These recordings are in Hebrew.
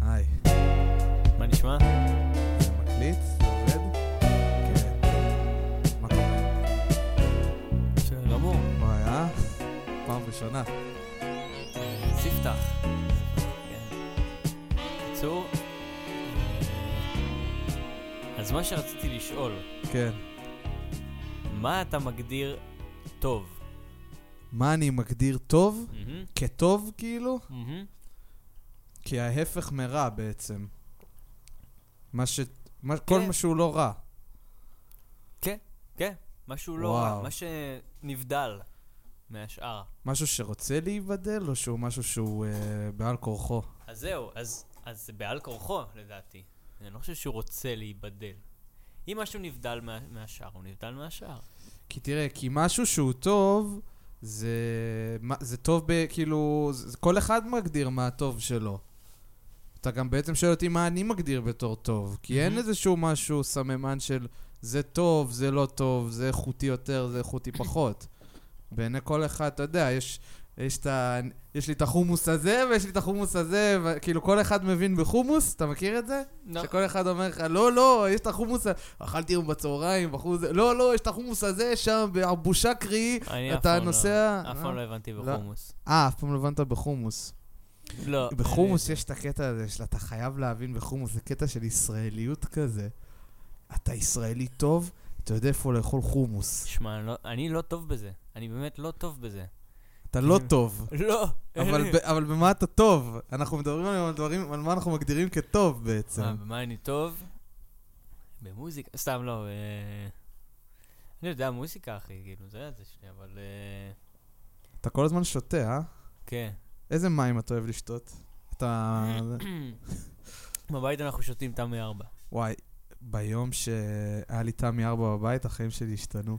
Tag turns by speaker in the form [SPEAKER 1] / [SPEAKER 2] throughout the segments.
[SPEAKER 1] כן. הראשונה.
[SPEAKER 2] ספתח. כן. בקיצור, אה, אז מה שרציתי לשאול,
[SPEAKER 1] כן.
[SPEAKER 2] מה אתה מגדיר טוב?
[SPEAKER 1] מה אני מגדיר טוב?
[SPEAKER 2] מהמם,
[SPEAKER 1] כטוב, כאילו?
[SPEAKER 2] מהמם.
[SPEAKER 1] כי ההפך מרע בעצם. מה ש... מה... כל מה שהוא לא רע.
[SPEAKER 2] כן, משהו לא רע,
[SPEAKER 1] וואו.
[SPEAKER 2] מה שנבדל מהשאר.
[SPEAKER 1] משהו שרוצה להיבדל, או שהוא משהו שהוא אה, בעל כורחו?
[SPEAKER 2] אז זהו, אז, אז זה בעל כורחו, לדעתי. אני לא חושב שהוא רוצה להיבדל. אם משהו נבדל מה, מהשאר, הוא נבדל מהשאר.
[SPEAKER 1] כי תראה, כי משהו שהוא טוב, זה, מה- זה טוב ב... כאילו, זה, כל אחד מגדיר מה הטוב שלו. אתה גם בעצם שואל אותי מה אני מגדיר בתור טוב, כי אין
[SPEAKER 2] מהמם.
[SPEAKER 1] איזשהו משהו סממן של זה טוב, זה לא טוב, זה איכותי יותר, זה איכותי פחות. בעיני כל אחד, אתה יודע, יש, יש, את ה, יש לי את החומוס הזה ויש לי את החומוס הזה, וכאילו כל אחד מבין בחומוס, אתה מכיר את זה?
[SPEAKER 2] לא.
[SPEAKER 1] שכל אחד אומר לך, לא, לא, יש את החומוס, ה- אכלתי היום בצהריים, בחוץ, לא, לא, יש את החומוס הזה שם, באבו שקרי,
[SPEAKER 2] אני אף
[SPEAKER 1] אתה
[SPEAKER 2] פעם לא-
[SPEAKER 1] נוסע...
[SPEAKER 2] אף פעם לא הבנתי
[SPEAKER 1] לא.
[SPEAKER 2] בחומוס.
[SPEAKER 1] אה, אף פעם לא הבנת בחומוס.
[SPEAKER 2] לא.
[SPEAKER 1] בחומוס יש את הקטע הזה של אתה חייב להבין בחומוס, זה קטע של ישראליות כזה. אתה ישראלי טוב, אתה יודע איפה לאכול חומוס.
[SPEAKER 2] שמע, לא- אני לא טוב בזה. אני באמת לא טוב בזה.
[SPEAKER 1] אתה לא טוב,
[SPEAKER 2] לא.
[SPEAKER 1] אבל ב- אבל במה אתה טוב? אנחנו מדברים על דברים, על מה אנחנו מגדירים כטוב בעצם.
[SPEAKER 2] מה, אה, במה אני טוב? במוזיקה, סתם לא. אה, אני יודע, מוזיקה, אחי, כאילו, זה זה שלי, אבל... אה,
[SPEAKER 1] אתה כל הזמן שותה, אה?
[SPEAKER 2] כן.
[SPEAKER 1] איזה מים אתה אוהב לשתות? אתה...
[SPEAKER 2] בבית אנחנו שותים תמי ארבע.
[SPEAKER 1] וואי, ביום שהיה לי תמי ארבע בבית, החיים שלי השתנו.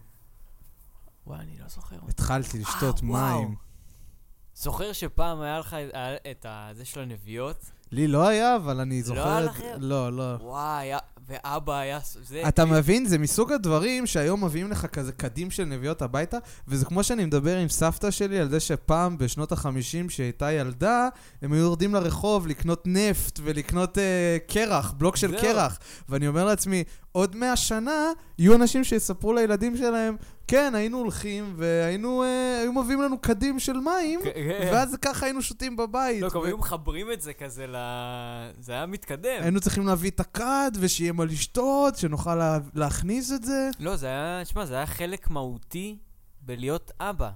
[SPEAKER 2] וואי, אני לא זוכר.
[SPEAKER 1] התחלתי לשתות
[SPEAKER 2] אה, וואו.
[SPEAKER 1] מים.
[SPEAKER 2] זוכר שפעם היה לך את- את ה- זה של הנביאות?
[SPEAKER 1] לי לא היה, אבל אני
[SPEAKER 2] לא היה
[SPEAKER 1] זוכר... את-
[SPEAKER 2] לכם?
[SPEAKER 1] לא, לא.
[SPEAKER 2] וואי, היה- ואבא היה... ס- זה...
[SPEAKER 1] אתה מבין? זה מסוג הדברים שהיום מביאים לך כזה קדים של נביאות הביתה, וזה כמו שאני מדבר עם סבתא שלי על זה שפעם, בשנות החמישים, שהייתה ילדה, הם היו יורדים לרחוב לקנות נפט ולקנות אה, קרח, בלוק של
[SPEAKER 2] זהו.
[SPEAKER 1] קרח. ואני אומר לעצמי, עוד מאה שנה יהיו אנשים שיספרו לילדים שלהם, כן, היינו הולכים והיינו, אה, היו מביאים לנו קדים של מים, ואז ככה היינו שותים בבית.
[SPEAKER 2] כן. לא,
[SPEAKER 1] ו-
[SPEAKER 2] גם היו מחברים את זה כזה ל... זה היה מתקדם.
[SPEAKER 1] היינו צריכים להביא את הכד, ושיהיה מה לשתות, שנוכל לה- להכניס את זה.
[SPEAKER 2] לא, זה היה, שמע, זה היה חלק מהותי בלהיות אבא.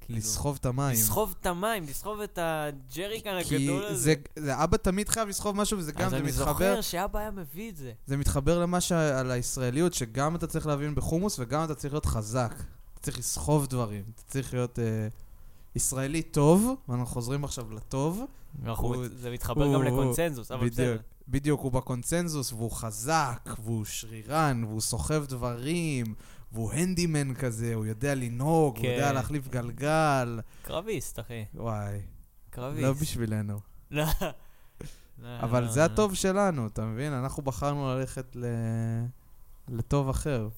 [SPEAKER 2] כאילו.
[SPEAKER 1] לסחוב את המים.
[SPEAKER 2] לסחוב את המים, לסחוב את הג'ריקן
[SPEAKER 1] כי
[SPEAKER 2] הגדול הזה.
[SPEAKER 1] זה, זה, אבא תמיד חייב לסחוב משהו, וזה גם,
[SPEAKER 2] אז
[SPEAKER 1] זה
[SPEAKER 2] אני
[SPEAKER 1] מתחבר,
[SPEAKER 2] זוכר שאבא היה מביא את זה.
[SPEAKER 1] זה מתחבר למה ש... על הישראליות, שגם אתה צריך להבין בחומוס, וגם אתה צריך להיות חזק. אתה צריך לסחוב דברים, אתה צריך להיות אה, ישראלי טוב, ואנחנו חוזרים עכשיו לטוב. הוא-
[SPEAKER 2] אנחנו- זה מתחבר
[SPEAKER 1] הוא-
[SPEAKER 2] גם לקונצנזוס, אבל בסדר.
[SPEAKER 1] בדיוק, בדיוק, הוא בקונצנזוס, והוא חזק, והוא שרירן, והוא סוחב דברים, והוא הנדימן כזה, הוא יודע לנהוג, הוא יודע
[SPEAKER 2] כן.
[SPEAKER 1] להחליף גלגל.
[SPEAKER 2] קרביסט, אחי.
[SPEAKER 1] וואי, לא
[SPEAKER 2] קרביסט.
[SPEAKER 1] בשבילנו.
[SPEAKER 2] לא.
[SPEAKER 1] אבל
[SPEAKER 2] אה.
[SPEAKER 1] זה הטוב שלנו, אתה מבין? אנחנו בחרנו ללכת ל... לטוב אחר.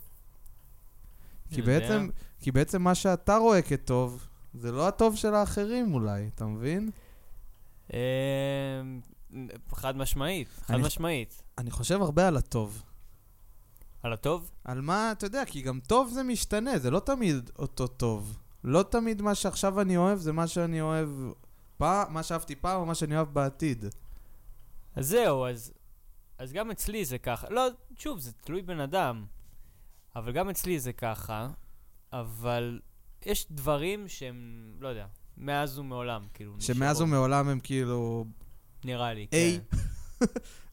[SPEAKER 1] כי
[SPEAKER 2] יודע.
[SPEAKER 1] בעצם, כי בעצם מה שאתה רואה כטוב, זה לא הטוב של האחרים אולי, אתה מבין?
[SPEAKER 2] אמ, חד משמעית, חד
[SPEAKER 1] אני-
[SPEAKER 2] משמעית.
[SPEAKER 1] אני חושב הרבה על הטוב.
[SPEAKER 2] על הטוב?
[SPEAKER 1] על מה, אתה יודע, כי גם טוב זה משתנה, זה לא תמיד אותו טוב. לא תמיד מה שעכשיו אני אוהב זה מה שאני אוהב פעם, מה שאהבתי פעם או מה שאני אוהב בעתיד.
[SPEAKER 2] אז זהו, אז, אז גם אצלי זה ככה. לא, שוב, זה תלוי בן אדם. אבל גם אצלי זה ככה. אבל יש דברים שהם, לא יודע, מאז ומעולם, כאילו.
[SPEAKER 1] שמאז
[SPEAKER 2] נשארו,
[SPEAKER 1] ומעולם הם כאילו,
[SPEAKER 2] נראה לי,
[SPEAKER 1] איי.
[SPEAKER 2] כן.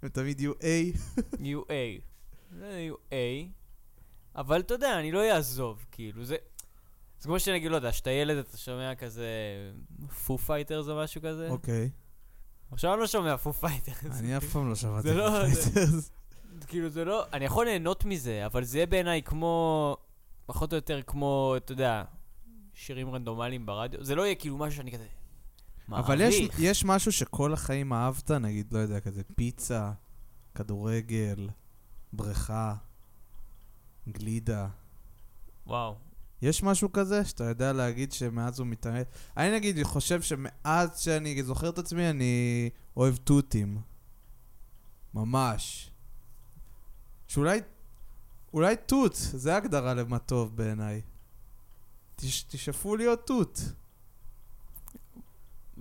[SPEAKER 1] הם תמיד יהיו איי.
[SPEAKER 2] UA. זה UA. אבל אתה יודע, אני לא אעזוב, כאילו, זה... זה כמו שנגיד, לא יודע, שאתה ילד, אתה שומע כזה... פו פייטר זה משהו כזה?
[SPEAKER 1] אוקיי.
[SPEAKER 2] עכשיו אני לא שומע פו פייטר.
[SPEAKER 1] אני אף פעם לא שמעתי.
[SPEAKER 2] זה לא-
[SPEAKER 1] את
[SPEAKER 2] זה-
[SPEAKER 1] זה.
[SPEAKER 2] כאילו זה לא, אני יכול ליהנות מזה, אבל זה יהיה בעיניי כמו, פחות או יותר כמו, אתה יודע, שירים רנדומליים ברדיו, זה לא יהיה כאילו משהו שאני כזה, מעריך.
[SPEAKER 1] אבל יש, יש משהו שכל החיים אהבת, נגיד, לא יודע, כזה פיצה, כדורגל, בריכה, גלידה.
[SPEAKER 2] וואו,
[SPEAKER 1] יש משהו כזה שאתה יודע להגיד שמאז הוא מתאמת? אני נגיד חושב שמאז שאני זוכר את עצמי, אני אוהב תותים. ממש. שאולי, אולי תות, זה ההגדרה למה טוב בעיניי. תש, תשאפו להיות תות.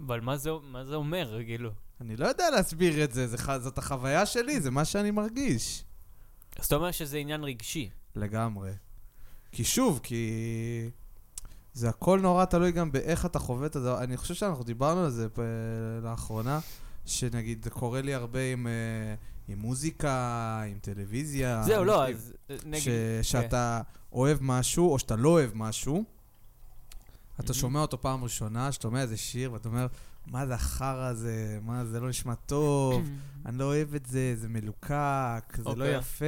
[SPEAKER 2] אבל מה זה, מה זה אומר, כאילו?
[SPEAKER 1] אני לא יודע להסביר את זה, זה ח- זאת החוויה שלי, זה מה שאני מרגיש.
[SPEAKER 2] אז אתה אומר שזה עניין רגשי.
[SPEAKER 1] לגמרי. כי שוב, כי... זה הכל נורא תלוי גם באיך אתה חווה את הדבר. אני חושב שאנחנו דיברנו על זה ב- לאחרונה, שנגיד זה קורה לי הרבה עם, אה, עם מוזיקה, עם טלוויזיה.
[SPEAKER 2] זהו,
[SPEAKER 1] עם
[SPEAKER 2] לא,
[SPEAKER 1] שיט.
[SPEAKER 2] אז אה, נגיד...
[SPEAKER 1] ש... שאתה אוהב משהו או שאתה לא אוהב משהו, אתה
[SPEAKER 2] מהמם.
[SPEAKER 1] שומע אותו פעם ראשונה, שאתה שומע איזה שיר ואתה אומר, מה זה החרא הזה? מה זה לא נשמע טוב? אני לא אוהב את זה, זה מלוקק, זה לא
[SPEAKER 2] אוקיי.
[SPEAKER 1] יפה.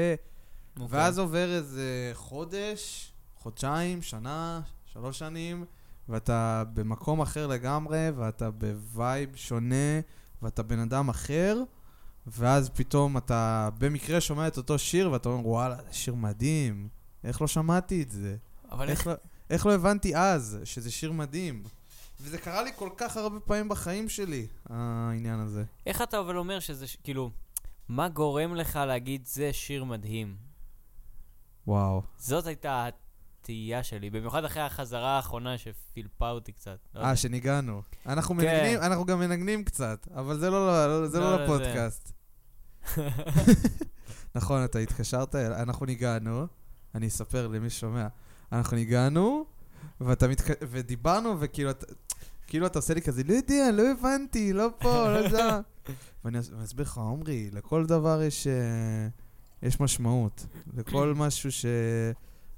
[SPEAKER 2] אוקיי.
[SPEAKER 1] ואז עובר איזה חודש, חודשיים, שנה, שלוש שנים, ואתה במקום אחר לגמרי, ואתה בווייב שונה, ואתה בן אדם אחר, ואז פתאום אתה במקרה שומע את אותו שיר, ואתה אומר, וואלה, זה שיר מדהים, איך לא שמעתי את זה?
[SPEAKER 2] אבל איך...
[SPEAKER 1] איך, לא- איך לא הבנתי אז שזה שיר מדהים? וזה קרה לי כל כך הרבה פעמים בחיים שלי, העניין הזה.
[SPEAKER 2] איך אתה אבל אומר שזה, ש- כאילו, מה גורם לך להגיד זה שיר מדהים?
[SPEAKER 1] וואו.
[SPEAKER 2] זאת הייתה התהייה שלי, במיוחד אחרי החזרה האחרונה שפילפה אותי קצת. לא יודע.
[SPEAKER 1] אה, שניגענו. אנחנו
[SPEAKER 2] כן.
[SPEAKER 1] מנגנים, אנחנו גם מנגנים קצת, אבל זה לא- לא זה
[SPEAKER 2] לא
[SPEAKER 1] לא
[SPEAKER 2] לזה.
[SPEAKER 1] לפודקאסט. נכון, אתה התקשרת, אל- אנחנו ניגענו, אני אספר למי ששומע. אנחנו ניגענו, ואתה מתק... ודיברנו, וכאילו אתה... כאילו אתה עושה לי כזה, לא יודע, לא הבנתי, לא פה, לא יודע. ואני אס- ואני אסביר לך, עומרי, לכל דבר יש, אה, יש משמעות. לכל משהו ש...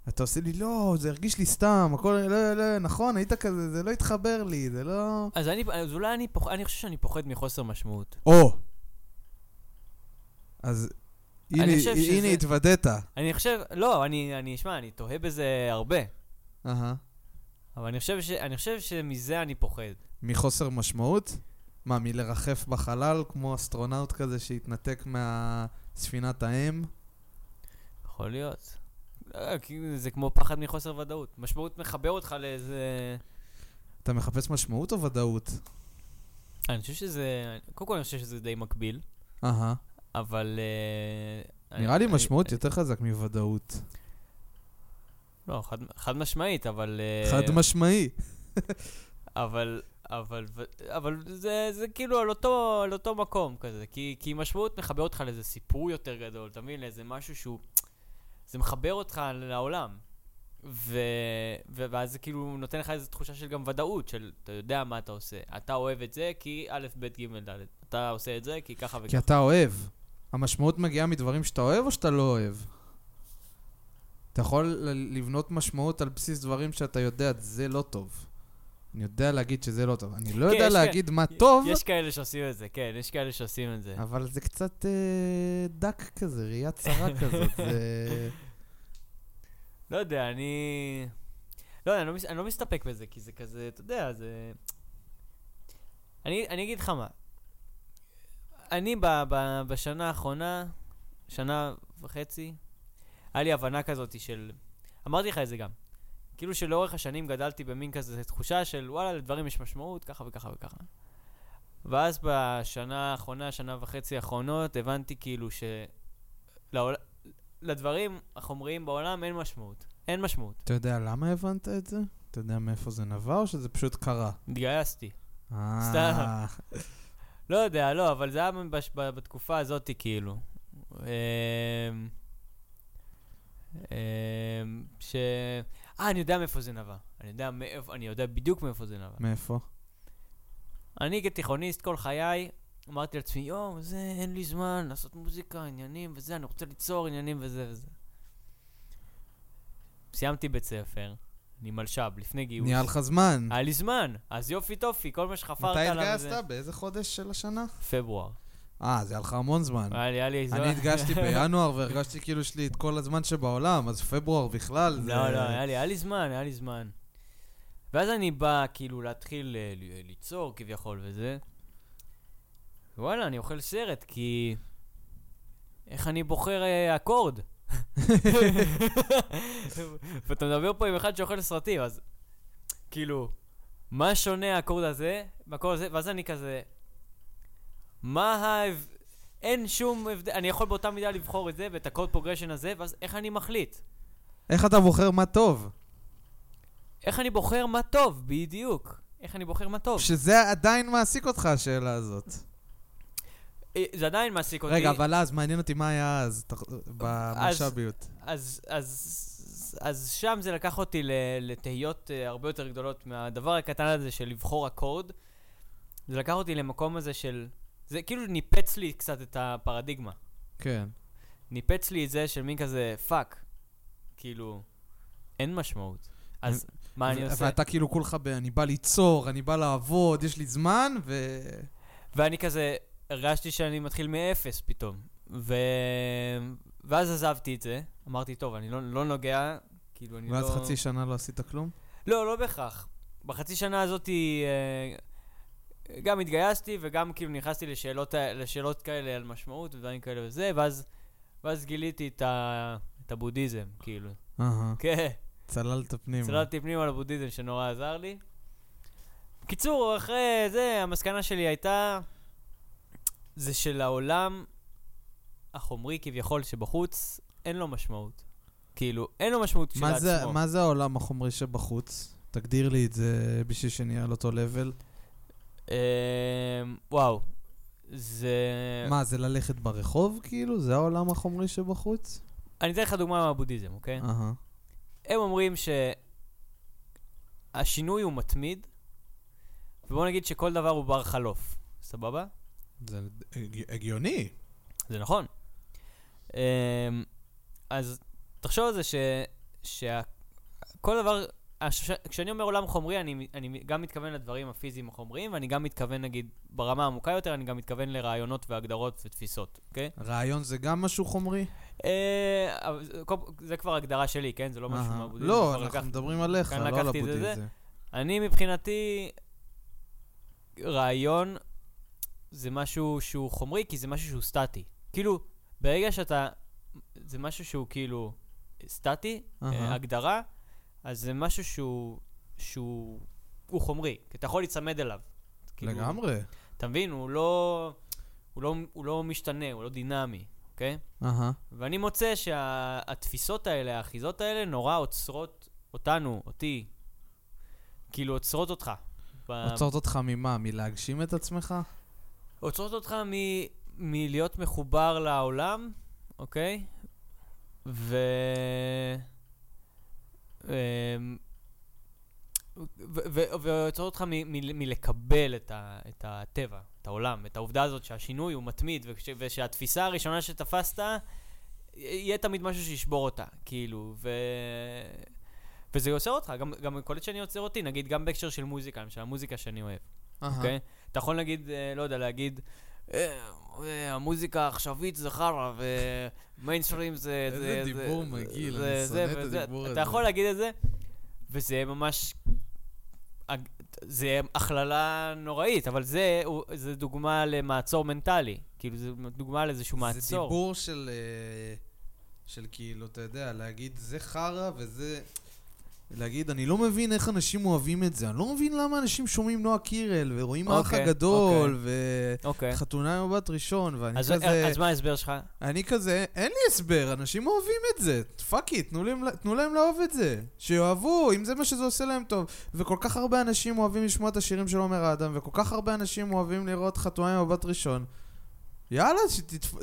[SPEAKER 1] אתה עושה לי, לא, זה הרגיש לי סתם, הכל, לא, לא, נכון, היית כזה, זה לא התחבר לי, זה לא...
[SPEAKER 2] אז אני, אז אולי אני פוחד, אני חושב שאני פוחד מחוסר משמעות.
[SPEAKER 1] או! אז
[SPEAKER 2] אני
[SPEAKER 1] הנה,
[SPEAKER 2] חושב שזה-
[SPEAKER 1] הנה התוודית.
[SPEAKER 2] אני חושב, לא, אני, אני, שמע, אני תוהה בזה הרבה,
[SPEAKER 1] אהה.
[SPEAKER 2] אבל אני חושב, ש, אני חושב שמזה אני פוחד.
[SPEAKER 1] מחוסר משמעות? מה, מלרחף בחלל כמו אסטרונאוט כזה שהתנתק מהספינת האם?
[SPEAKER 2] יכול להיות. אה, כי זה כמו פחד מחוסר ודאות. משמעות מחבר אותך לאיזה...
[SPEAKER 1] אתה מחפש משמעות או ודאות?
[SPEAKER 2] אני חושב שזה... קודם כל אני חושב שזה די מקביל,
[SPEAKER 1] אהה.
[SPEAKER 2] אבל... אה,
[SPEAKER 1] נראה
[SPEAKER 2] אני-
[SPEAKER 1] לי
[SPEAKER 2] אני-
[SPEAKER 1] משמעות יותר חזק מוודאות.
[SPEAKER 2] לא, חד, חד משמעית, אבל... אה,
[SPEAKER 1] חד משמעי.
[SPEAKER 2] אבל... אבל, אבל זה, זה כאילו על אותו, על אותו מקום כזה, כי, כי משמעות מחבר אותך לאיזה סיפור יותר גדול, אתה מבין? לאיזה משהו שהוא... זה מחבר אותך לעולם. ו, ו, ואז זה כאילו נותן לך איזו תחושה של גם ודאות, של אתה יודע מה אתה עושה. אתה אוהב את זה כי א', ב', ג', ד'. אתה עושה את זה כי ככה וככה.
[SPEAKER 1] כי אתה אוהב. המשמעות מגיעה מדברים שאתה אוהב או שאתה לא אוהב? אתה יכול ל- לבנות משמעות על בסיס דברים שאתה יודע, זה לא טוב. אני יודע להגיד שזה לא טוב. אני לא
[SPEAKER 2] כן,
[SPEAKER 1] יודע
[SPEAKER 2] יש
[SPEAKER 1] להגיד מה טוב,
[SPEAKER 2] יש כאלה שעושים את זה, כן, יש כאלה שעושים את זה.
[SPEAKER 1] אבל זה קצת אה, דק כזה, ראייה צרה כזאת. זה...
[SPEAKER 2] לא יודע, אני... לא יודע, אני לא, מס... אני לא מסתפק בזה, כי זה כזה, אתה יודע, זה... אני, אני אגיד לך מה. אני ב, ב, בשנה האחרונה, שנה וחצי, היה לי הבנה כזאת של... אמרתי לך את זה גם. כאילו שלאורך השנים גדלתי במין כזה תחושה של וואלה, לדברים יש משמעות, ככה וככה וככה. ואז בשנה האחרונה, שנה וחצי האחרונות, הבנתי כאילו שלדברים החומריים בעולם אין משמעות. אין משמעות.
[SPEAKER 1] אתה יודע למה הבנת את זה? אתה יודע מאיפה זה נבע או שזה פשוט קרה?
[SPEAKER 2] התגייסתי.
[SPEAKER 1] אה,
[SPEAKER 2] סתם. לא יודע, לא, אבל זה היה בש... ב- בתקופה הזאת, כאילו. אמ, אמ, ש... אה, אני יודע מאיפה זה נבע. אני יודע מאיפה, אני יודע בדיוק מאיפה זה נבע.
[SPEAKER 1] מאיפה?
[SPEAKER 2] אני כתיכוניסט כל חיי, אמרתי לעצמי, יואו, זה, אין לי זמן לעשות מוזיקה, עניינים וזה, אני רוצה ליצור עניינים וזה וזה. סיימתי בית ספר, אני מלש"ב, לפני גיוס.
[SPEAKER 1] נהיה לך זמן.
[SPEAKER 2] היה לי זמן, אז יופי טופי, כל מה שחפרת
[SPEAKER 1] מתי
[SPEAKER 2] אה, עליו
[SPEAKER 1] התגייסת? באיזה חודש של השנה?
[SPEAKER 2] פברואר.
[SPEAKER 1] אה, זה היה לך המון זמן.
[SPEAKER 2] היה לי, היה לי...
[SPEAKER 1] אני התגשתי בינואר והרגשתי כאילו יש לי את כל הזמן שבעולם, אז פברואר בכלל זה...
[SPEAKER 2] לא, לא, היה לי, היה לי זמן, היה לי זמן. ואז אני בא כאילו להתחיל אה, ל- אה, ליצור כביכול וזה. וואלה, אני אוכל סרט, כי... איך אני בוחר אה, אקורד? ואתה מדבר פה עם אחד שאוכל סרטים, אז כאילו, מה שונה האקורד הזה מהאקורד הזה? ואז אני כזה, מה ההב... אין שום הבדל, אני יכול באותה מידה לבחור את זה ואת הקוד פרוגרשן הזה, ואז איך אני מחליט?
[SPEAKER 1] איך אתה בוחר מה טוב?
[SPEAKER 2] איך אני בוחר מה טוב, בדיוק. איך אני בוחר מה טוב?
[SPEAKER 1] שזה עדיין מעסיק אותך, השאלה הזאת.
[SPEAKER 2] אה, זה עדיין מעסיק אותי.
[SPEAKER 1] רגע, אבל אז, מעניין אותי מה היה אז, תח- במלש"ביות.
[SPEAKER 2] אז, אז, אז שם זה לקח אותי ל- לתהיות אה, הרבה יותר גדולות מהדבר הקטן הזה של לבחור אקורד. זה לקח אותי למקום הזה של... זה כאילו ניפץ לי קצת את הפרדיגמה.
[SPEAKER 1] כן.
[SPEAKER 2] ניפץ לי את זה של מין כזה פאק. כאילו, אין משמעות. אז מה אני
[SPEAKER 1] ו-
[SPEAKER 2] עושה?
[SPEAKER 1] ואתה כאילו כולך ב... אני בא ליצור, אני בא לעבוד, יש לי זמן, ו...
[SPEAKER 2] ואני כזה הרגשתי שאני מתחיל מאפס פתאום. ו... ואז עזבתי את זה, אמרתי, טוב, אני לא, לא נוגע, כאילו, אני
[SPEAKER 1] ואז
[SPEAKER 2] לא...
[SPEAKER 1] חצי שנה לא עשית כלום?
[SPEAKER 2] לא, לא בהכרח. בחצי שנה הזאת אה, גם התגייסתי וגם כאילו נכנסתי לשאלות, ה- לשאלות כאלה על משמעות ודברים כאלה וזה, ואז, ואז גיליתי את, ה, את הבודהיזם, כאילו.
[SPEAKER 1] אהה,
[SPEAKER 2] כן,
[SPEAKER 1] צללת פנימה.
[SPEAKER 2] צללתי פנימה לבודהיזם שנורא עזר לי. בקיצור, אחרי זה, המסקנה שלי הייתה, זה שלעולם החומרי כביכול שבחוץ, אין לו משמעות. כאילו, אין לו משמעות
[SPEAKER 1] מה זה-
[SPEAKER 2] כשלעצמו.
[SPEAKER 1] מה זה העולם החומרי שבחוץ? תגדיר לי את זה בשביל שנהיה על אותו לבל.
[SPEAKER 2] אמ, וואו, זה...
[SPEAKER 1] מה, זה ללכת ברחוב כאילו? זה העולם החומרי שבחוץ?
[SPEAKER 2] אני אתן לך דוגמה מהבודהיזם, אוקיי?
[SPEAKER 1] אהה.
[SPEAKER 2] הם אומרים שהשינוי הוא מתמיד, ובוא נגיד שכל דבר הוא בר חלוף, סבבה?
[SPEAKER 1] זה הג- הגיוני.
[SPEAKER 2] זה נכון. אמ, אז תחשוב על זה ש... שכל דבר... הש- כשאני אומר עולם חומרי, אני, אני גם מתכוון לדברים הפיזיים החומריים, ואני גם מתכוון, נגיד, ברמה העמוקה יותר, אני גם מתכוון לרעיונות והגדרות ותפיסות, אוקיי?
[SPEAKER 1] רעיון זה גם משהו חומרי?
[SPEAKER 2] אה, אבל זה- כל- זה כבר הגדרה שלי, כן? זה לא משהו
[SPEAKER 1] אהה.
[SPEAKER 2] מהבודהיזם.
[SPEAKER 1] לא,
[SPEAKER 2] כבר
[SPEAKER 1] אנחנו
[SPEAKER 2] לקחתי.
[SPEAKER 1] מדברים עליך,
[SPEAKER 2] כאן
[SPEAKER 1] לא על
[SPEAKER 2] לקחתי את זה, זה.
[SPEAKER 1] הבודהיזם.
[SPEAKER 2] אני מבחינתי, רעיון זה משהו שהוא חומרי, כי זה משהו שהוא סטטי. כאילו, ברגע שאתה... זה משהו שהוא כאילו סטטי,
[SPEAKER 1] אהה.
[SPEAKER 2] אה, הגדרה, אז זה משהו שהוא... שהוא... הוא חומרי, כי אתה יכול להיצמד אליו. כאילו,
[SPEAKER 1] לגמרי.
[SPEAKER 2] אתה מבין? הוא לא... הוא לא, הוא לא משתנה, הוא לא דינמי, אוקיי?
[SPEAKER 1] אהה.
[SPEAKER 2] ואני מוצא שהתפיסות האלה, האחיזות האלה, נורא עוצרות אותנו, אותי. כאילו, עוצרות אותך. ב-
[SPEAKER 1] עוצרת אותך ממה? מלהגשים את עצמך?
[SPEAKER 2] עוצרות אותך מ... מלהיות מחובר לעולם, אוקיי? ו... אמ, ו- ו- ו- ועוצרות אותך מ- מ- מלקבל את, ה- את הטבע, את העולם, את העובדה הזאת שהשינוי הוא מתמיד, וכש- ושהתפיסה הראשונה שתפסת, יהיה תמיד משהו שישבור אותה, כאילו, ו... וזה יוצר אותך, גם, גם קולט שאני יוצר אותי, נגיד גם בהקשר של מוזיקה, למשל המוזיקה שאני אוהב.
[SPEAKER 1] אהה.
[SPEAKER 2] אוקיי? אתה יכול להגיד, אה, לא יודע, להגיד, "אה, אה, המוזיקה העכשווית זה חרא, ומיינסטרים זה...
[SPEAKER 1] איזה
[SPEAKER 2] זה- זה-
[SPEAKER 1] דיבור מגעיל,
[SPEAKER 2] זה-
[SPEAKER 1] אני
[SPEAKER 2] זה
[SPEAKER 1] שונא את
[SPEAKER 2] וזה."
[SPEAKER 1] הדיבור הזה.
[SPEAKER 2] אתה יכול להגיד את זה, וזה ממש... אג- זה הכללה נוראית, אבל זה, הוא- זה דוגמה למעצור מנטלי. כאילו, זו דוגמה לאיזשהו מעצור.
[SPEAKER 1] זה דיבור של, אה, של כאילו, אתה יודע, להגיד זה חרא וזה... להגיד, אני לא מבין איך אנשים אוהבים את זה, אני לא מבין למה אנשים שומעים נועה קירל ורואים האח
[SPEAKER 2] אוקיי,
[SPEAKER 1] הגדול
[SPEAKER 2] אוקיי.
[SPEAKER 1] וחתונה עם בת ראשון, ואני
[SPEAKER 2] אז, אה,
[SPEAKER 1] כזה,
[SPEAKER 2] אז מה ההסבר שלך?
[SPEAKER 1] אני כזה, אין לי הסבר, אנשים אוהבים את זה, פאק איט, תנו להם- תנו להם לאהוב את זה, שיאהבו, אם זה מה שזה עושה להם טוב. וכל כך הרבה אנשים אוהבים לשמוע את השירים של עומר האדם, וכל כך הרבה אנשים אוהבים לראות חתונה עם הבת ראשון. יאללה,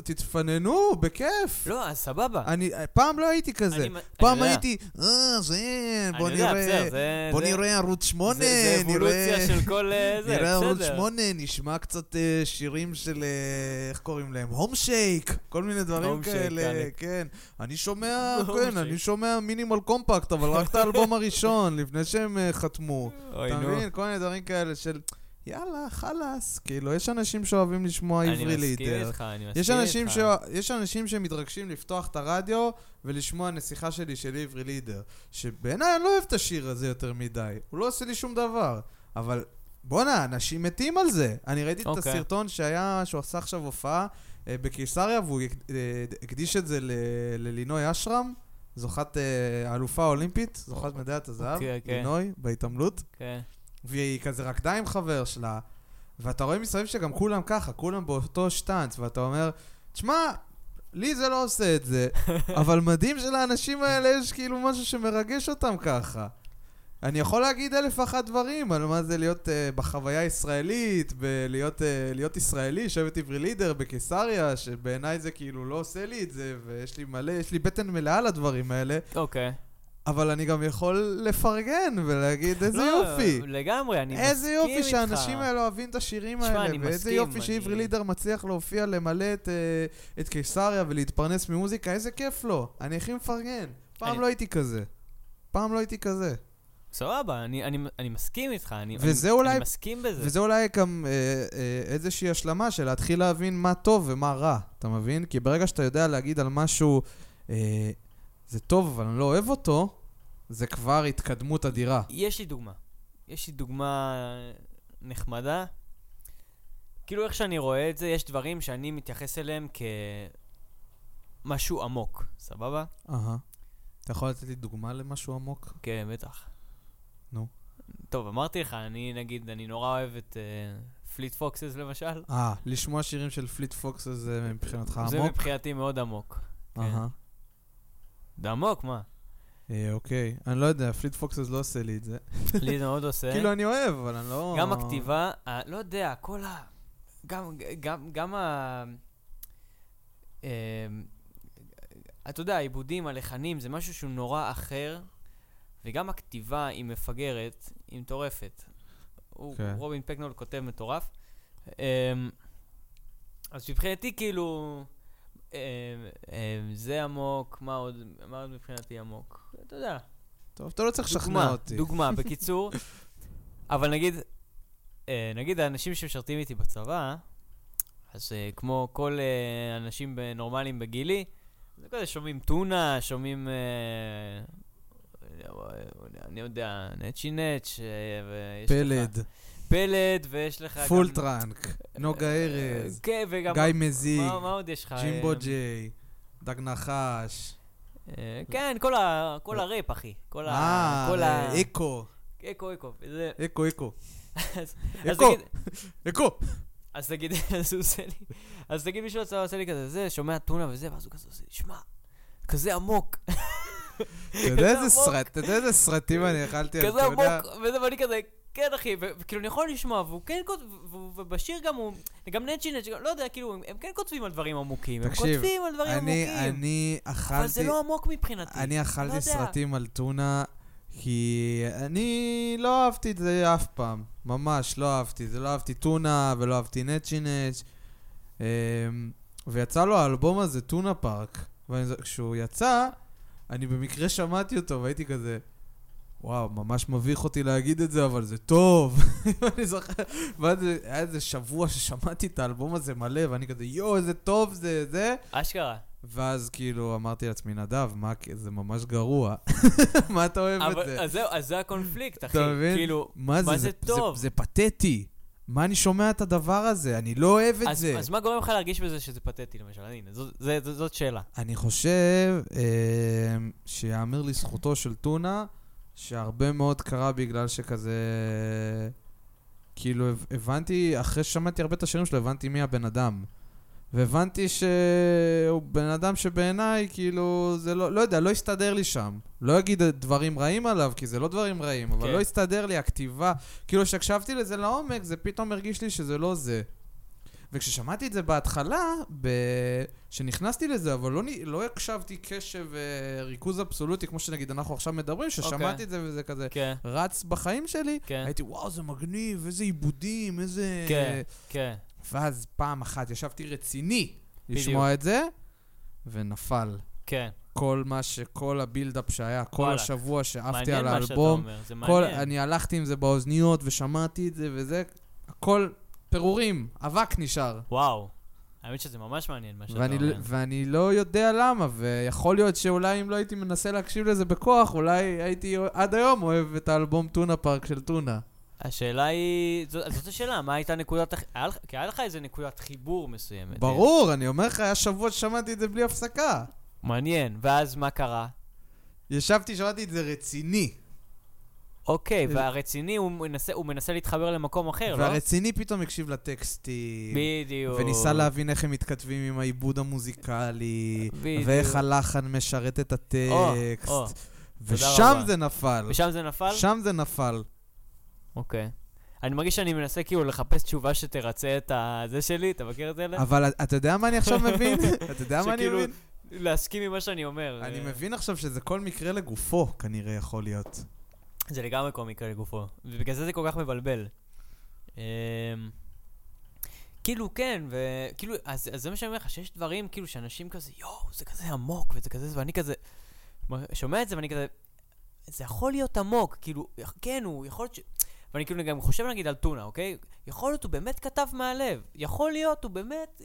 [SPEAKER 1] שתתפננו, בכיף.
[SPEAKER 2] לא, אז סבבה.
[SPEAKER 1] אני, פעם לא הייתי כזה.
[SPEAKER 2] אני מ- אני
[SPEAKER 1] פעם
[SPEAKER 2] יודע.
[SPEAKER 1] הייתי, אה, זה, בוא
[SPEAKER 2] אני יודע, בסדר,
[SPEAKER 1] נראה,
[SPEAKER 2] זה-
[SPEAKER 1] בוא
[SPEAKER 2] זה-
[SPEAKER 1] נראה ערוץ 8,
[SPEAKER 2] זה- זה
[SPEAKER 1] נראה...
[SPEAKER 2] אבולוציה של כל אה, זה,
[SPEAKER 1] נראה ערוץ
[SPEAKER 2] בסדר.
[SPEAKER 1] 8, נשמע קצת אה, שירים של, אה, איך קוראים להם? הום שייק, כל מיני דברים
[SPEAKER 2] הום שייק,
[SPEAKER 1] כאלה,
[SPEAKER 2] יאללה.
[SPEAKER 1] כן. אני שומע,
[SPEAKER 2] הום
[SPEAKER 1] כן,
[SPEAKER 2] שייק.
[SPEAKER 1] אני שומע מינימל קומפקט, אבל רק את האלבום הראשון, לפני שהם אה, חתמו.
[SPEAKER 2] אוי,
[SPEAKER 1] אתה
[SPEAKER 2] נו.
[SPEAKER 1] מבין? כל מיני דברים כאלה של, יאללה, חלאס. כאילו, יש אנשים שאוהבים לשמוע עברי
[SPEAKER 2] אני מסכים
[SPEAKER 1] לידר.
[SPEAKER 2] איתך, אני מסכים
[SPEAKER 1] יש אנשים,
[SPEAKER 2] איתך.
[SPEAKER 1] ש... יש אנשים שמתרגשים לפתוח את הרדיו ולשמוע נסיכה שלי של עברי לידר, שבעיניי אני לא אוהב את השיר הזה יותר מדי, הוא לא עושה לי שום דבר, אבל בואנה, אנשים מתים על זה. אני ראיתי okay. את
[SPEAKER 2] אוקיי.
[SPEAKER 1] הסרטון שהיה, שהוא עשה עכשיו הופעה אה, בקיסריה, והוא הק- אה, הקדיש את זה ל... ללינוי אשרם, זוכת אה, האלופה האולימפית, זוכת מדליית הזהב,
[SPEAKER 2] אוקיי, אוקיי.
[SPEAKER 1] לינוי, בהתעמלות.
[SPEAKER 2] כן.
[SPEAKER 1] והיא כזה רקדה עם חבר שלה, ואתה רואה מסביב שגם כולם ככה, כולם באותו שטאנץ, ואתה אומר, תשמע, לי זה לא עושה את זה, אבל מדהים שלאנשים האלה יש כאילו משהו שמרגש אותם ככה. אני יכול להגיד אלף ואחת דברים על מה זה להיות אה, בחוויה הישראלית, ולהיות אה, להיות ישראלי, שבט עברי לידר בקיסריה, שבעיניי זה כאילו לא עושה לי את זה, ויש לי מלא, יש לי בטן מלאה לדברים האלה,
[SPEAKER 2] אוקיי.
[SPEAKER 1] אבל אני גם יכול לפרגן ולהגיד איזה יופי.
[SPEAKER 2] לא, לגמרי, אני מסכים איתך.
[SPEAKER 1] איזה יופי שהאנשים האלה אוהבים את השירים
[SPEAKER 2] תשמע,
[SPEAKER 1] האלה,
[SPEAKER 2] אני
[SPEAKER 1] ואיזה
[SPEAKER 2] מסכים,
[SPEAKER 1] יופי
[SPEAKER 2] אני-
[SPEAKER 1] שעברי לידר מצליח להופיע למלא את, אה, את קיסריה ולהתפרנס ממוזיקה, איזה כיף לו, אני הכי מפרגן. פעם
[SPEAKER 2] אני-
[SPEAKER 1] לא הייתי כזה. פעם לא הייתי כזה.
[SPEAKER 2] סבבה, אני- אני אני מסכים איתך, אני
[SPEAKER 1] וזה
[SPEAKER 2] אני-
[SPEAKER 1] אולי-
[SPEAKER 2] אני מסכים בזה.
[SPEAKER 1] וזה אולי גם אה, אה, איזושהי השלמה של להתחיל להבין מה טוב ומה רע, אתה מבין? כי ברגע שאתה יודע להגיד על משהו, אה, זה טוב אבל אני לא אוהב אותו, זה כבר התקדמות אדירה.
[SPEAKER 2] יש לי דוגמה. יש לי דוגמה נחמדה. כאילו איך שאני רואה את זה, יש דברים שאני מתייחס אליהם כמשהו עמוק, סבבה?
[SPEAKER 1] אהה. אתה יכול לתת לי דוגמה למשהו עמוק?
[SPEAKER 2] כן, בטח.
[SPEAKER 1] נו.
[SPEAKER 2] טוב, אמרתי לך, אני נגיד, אני נורא אוהב את פליט פוקסס למשל.
[SPEAKER 1] אה, לשמוע שירים של פליט פוקס זה מבחינתך
[SPEAKER 2] זה
[SPEAKER 1] עמוק?
[SPEAKER 2] מבחינתי מאוד עמוק. כן.
[SPEAKER 1] אהה.
[SPEAKER 2] זה עמוק, מה?
[SPEAKER 1] אה, אוקיי. אני לא יודע, פליט פוקס לא עושה לי את זה.
[SPEAKER 2] לי זה מאוד עושה.
[SPEAKER 1] כאילו אני אוהב, אבל אני לא...
[SPEAKER 2] כן? גם הכתיבה, ה- לא יודע, כל ה... גם, גם, גם ה... אמ, אתה יודע, העיבודים, הלחנים, זה משהו שהוא נורא אחר, וגם הכתיבה היא מפגרת, היא מטורפת. הוא,
[SPEAKER 1] כן.
[SPEAKER 2] רובין פקנול כותב מטורף. אמ, אז מבחינתי, כאילו, אמ, אמ, זה עמוק, מה עוד, מה עוד מבחינתי עמוק? אתה יודע.
[SPEAKER 1] טוב, אתה לא צריך לשכנע
[SPEAKER 2] דוגמה,
[SPEAKER 1] אותי.
[SPEAKER 2] דוגמה, בקיצור. אבל נגיד, אה, נגיד האנשים שמשרתים איתי בצבא, אז אה, כמו כל אה, האנשים ב- נורמלים בגילי, זה כזה שומעים טונה, שומעים... אה, אני יודע, נצ'י נץ', אה, ויש לך-
[SPEAKER 1] פלד,
[SPEAKER 2] פלד, ויש לך גם... אה,
[SPEAKER 1] פול טראנק, נוגה ארז,
[SPEAKER 2] כן, וגם...
[SPEAKER 1] גיא מזיג,
[SPEAKER 2] מה מה עוד יש לך?
[SPEAKER 1] ג'ימבו
[SPEAKER 2] אה,
[SPEAKER 1] ג'יי, דג נחש.
[SPEAKER 2] אה, כן, כל ה- כל הראפ, אחי. כל ה...
[SPEAKER 1] אה,
[SPEAKER 2] כל ה...
[SPEAKER 1] אקו,
[SPEAKER 2] אקו, אקו. זה-
[SPEAKER 1] אקו, אקו.
[SPEAKER 2] אז- אז
[SPEAKER 1] אקו,
[SPEAKER 2] נגיד,
[SPEAKER 1] אקו.
[SPEAKER 2] אז תגיד, אז הוא עושה לי, אז תגיד מישהו הצבא עושה לי כזה, זה, שומע טונה וזה, ואז הוא כזה עושה לי, שמע, כזה עמוק,
[SPEAKER 1] כן, אתה יודע איזה
[SPEAKER 2] עמוק.
[SPEAKER 1] סרט, אתה יודע איזה סרטים אני אכלתי,
[SPEAKER 2] כזה
[SPEAKER 1] אתה יודע?
[SPEAKER 2] עמוק, וזה, ואני כזה, כן אחי, ו- וכאילו אני יכול לשמוע, והוא כן כותב, והוא- ובשיר גם הוא, גם נצ'י נצ'י, לא יודע, כאילו, הם- הם כן כותבים על דברים עמוקים, הם
[SPEAKER 1] תקשיב,
[SPEAKER 2] כותבים על דברים
[SPEAKER 1] אני,
[SPEAKER 2] עמוקים,
[SPEAKER 1] אני אכלתי...
[SPEAKER 2] אבל זה לא עמוק מבחינתי.
[SPEAKER 1] אני
[SPEAKER 2] לא
[SPEAKER 1] אכלתי
[SPEAKER 2] יודע.
[SPEAKER 1] סרטים על טונה, כי אני לא אהבתי את זה אף פעם. ממש לא אהבתי. זה לא אהבתי טונה ולא אהבתי נצ'ינץ'. אמ, ויצא לו האלבום הזה, טונה פארק. וכשהוא יצא, אני במקרה שמעתי אותו והייתי כזה... וואו, ממש מביך אותי להגיד את זה, אבל זה טוב. אני זוכר, ואז היה איזה שבוע ששמעתי את האלבום הזה מלא, ואני כזה, יואו, איזה טוב זה, זה.
[SPEAKER 2] אשכרה.
[SPEAKER 1] ואז כאילו אמרתי לעצמי, נדב, מה, זה ממש גרוע. מה אתה אוהב את
[SPEAKER 2] אבל,
[SPEAKER 1] זה?
[SPEAKER 2] אז זהו, אז זה הקונפליקט, אחי,
[SPEAKER 1] אתה מבין?
[SPEAKER 2] כאילו,
[SPEAKER 1] מה
[SPEAKER 2] מה זה טוב?
[SPEAKER 1] זה, זה פתטי. מה אני שומע את הדבר הזה? אני לא אוהב את
[SPEAKER 2] אז,
[SPEAKER 1] זה.
[SPEAKER 2] אז מה גורם לך להרגיש בזה שזה פתטי למשל? הנה, זו- זה- זו- זאת שאלה.
[SPEAKER 1] אני חושב אה, שיאמר לזכותו של טונה, שהרבה מאוד קרה בגלל שכזה... כאילו, הב- הבנתי, אחרי ששמעתי הרבה את השירים שלו, הבנתי מי הבן אדם. והבנתי שהוא בן אדם שבעיניי, כאילו, זה לא, לא יודע, לא הסתדר לי שם. לא אגיד דברים רעים עליו, כי זה לא דברים רעים, אבל
[SPEAKER 2] כן.
[SPEAKER 1] לא הסתדר לי הכתיבה. כאילו, כשהקשבתי לזה לעומק, זה פתאום הרגיש לי שזה לא זה. וכששמעתי את זה בהתחלה, ב... שנכנסתי לזה, אבל לא, נ- לא הקשבתי קשב וריכוז אבסולוטי, כמו שנגיד אנחנו עכשיו מדברים, ששמעתי
[SPEAKER 2] אוקיי.
[SPEAKER 1] את זה וזה כזה
[SPEAKER 2] כן,
[SPEAKER 1] רץ בחיים שלי,
[SPEAKER 2] כן,
[SPEAKER 1] הייתי, וואו, זה מגניב, איזה עיבודים, איזה...
[SPEAKER 2] כן. כן.
[SPEAKER 1] ואז פעם אחת ישבתי רציני
[SPEAKER 2] בדיוק.
[SPEAKER 1] לשמוע את זה, ונפל.
[SPEAKER 2] כן,
[SPEAKER 1] כל מה ש... כל הבילדאפ שהיה, כל
[SPEAKER 2] וואלכ.
[SPEAKER 1] השבוע שעפתי
[SPEAKER 2] מעניין
[SPEAKER 1] על
[SPEAKER 2] מה שאתה
[SPEAKER 1] האלבום.
[SPEAKER 2] אומר, זה
[SPEAKER 1] כל...
[SPEAKER 2] מעניין.
[SPEAKER 1] אני הלכתי עם זה באוזניות ושמעתי את זה וזה, הכל פירורים, אבק נשאר.
[SPEAKER 2] וואו, האמת שזה ממש מעניין מה שאתה
[SPEAKER 1] ואני,
[SPEAKER 2] אומר.
[SPEAKER 1] ואני לא יודע למה, ויכול להיות שאולי אם לא הייתי מנסה להקשיב לזה בכוח, אולי הייתי עד היום אוהב את האלבום טונה פארק של טונה.
[SPEAKER 2] השאלה היא, זו- אז זאת השאלה, מה הייתה נקודת, הח- היה לך- כי היה לך איזה נקודת חיבור מסוימת.
[SPEAKER 1] ברור, אני אומר לך, היה שבוע ששמעתי את זה בלי הפסקה.
[SPEAKER 2] מעניין, ואז מה קרה?
[SPEAKER 1] ישבתי, שמעתי את זה רציני.
[SPEAKER 2] אוקיי,
[SPEAKER 1] אה,
[SPEAKER 2] והרציני, הוא מנסה- הוא מנסה להתחבר למקום אחר, לא?
[SPEAKER 1] והרציני פתאום הקשיב לטקסטים.
[SPEAKER 2] בדיוק.
[SPEAKER 1] וניסה להבין איך הם מתכתבים עם העיבוד המוזיקלי,
[SPEAKER 2] בדיוק.
[SPEAKER 1] ואיך הלחן משרת את
[SPEAKER 2] או, או.
[SPEAKER 1] הטקסט, ושם
[SPEAKER 2] רבה.
[SPEAKER 1] זה נפל.
[SPEAKER 2] ושם זה נפל?
[SPEAKER 1] שם זה נפל.
[SPEAKER 2] אוקיי. אני מרגיש שאני מנסה כאילו לחפש תשובה שתרצה את ה- זה שלי, אתה מכיר את זה? אלה?
[SPEAKER 1] אבל אתה יודע מה אני עכשיו מבין? אתה יודע מה אני
[SPEAKER 2] שכאילו,
[SPEAKER 1] מבין?
[SPEAKER 2] להסכים עם מה שאני אומר.
[SPEAKER 1] אני
[SPEAKER 2] אה,
[SPEAKER 1] מבין עכשיו שזה כל מקרה לגופו כנראה יכול להיות.
[SPEAKER 2] זה לגמרי כל מקרה לגופו, ובגלל זה זה כל כך מבלבל. אמ, כאילו כן, וכאילו, אז, אז זה מה שאני אומר לך, שיש דברים כאילו שאנשים כזה, יואו, זה כזה עמוק, וזה כזה, זה", ואני כזה, מ- שומע את זה ואני כזה, זה יכול להיות עמוק, כאילו, יכ- כן, הוא יכול להיות ש... ואני כאילו גם חושב נגיד על טונה, אוקיי? יכול להיות הוא באמת כתב מהלב, יכול להיות הוא באמת...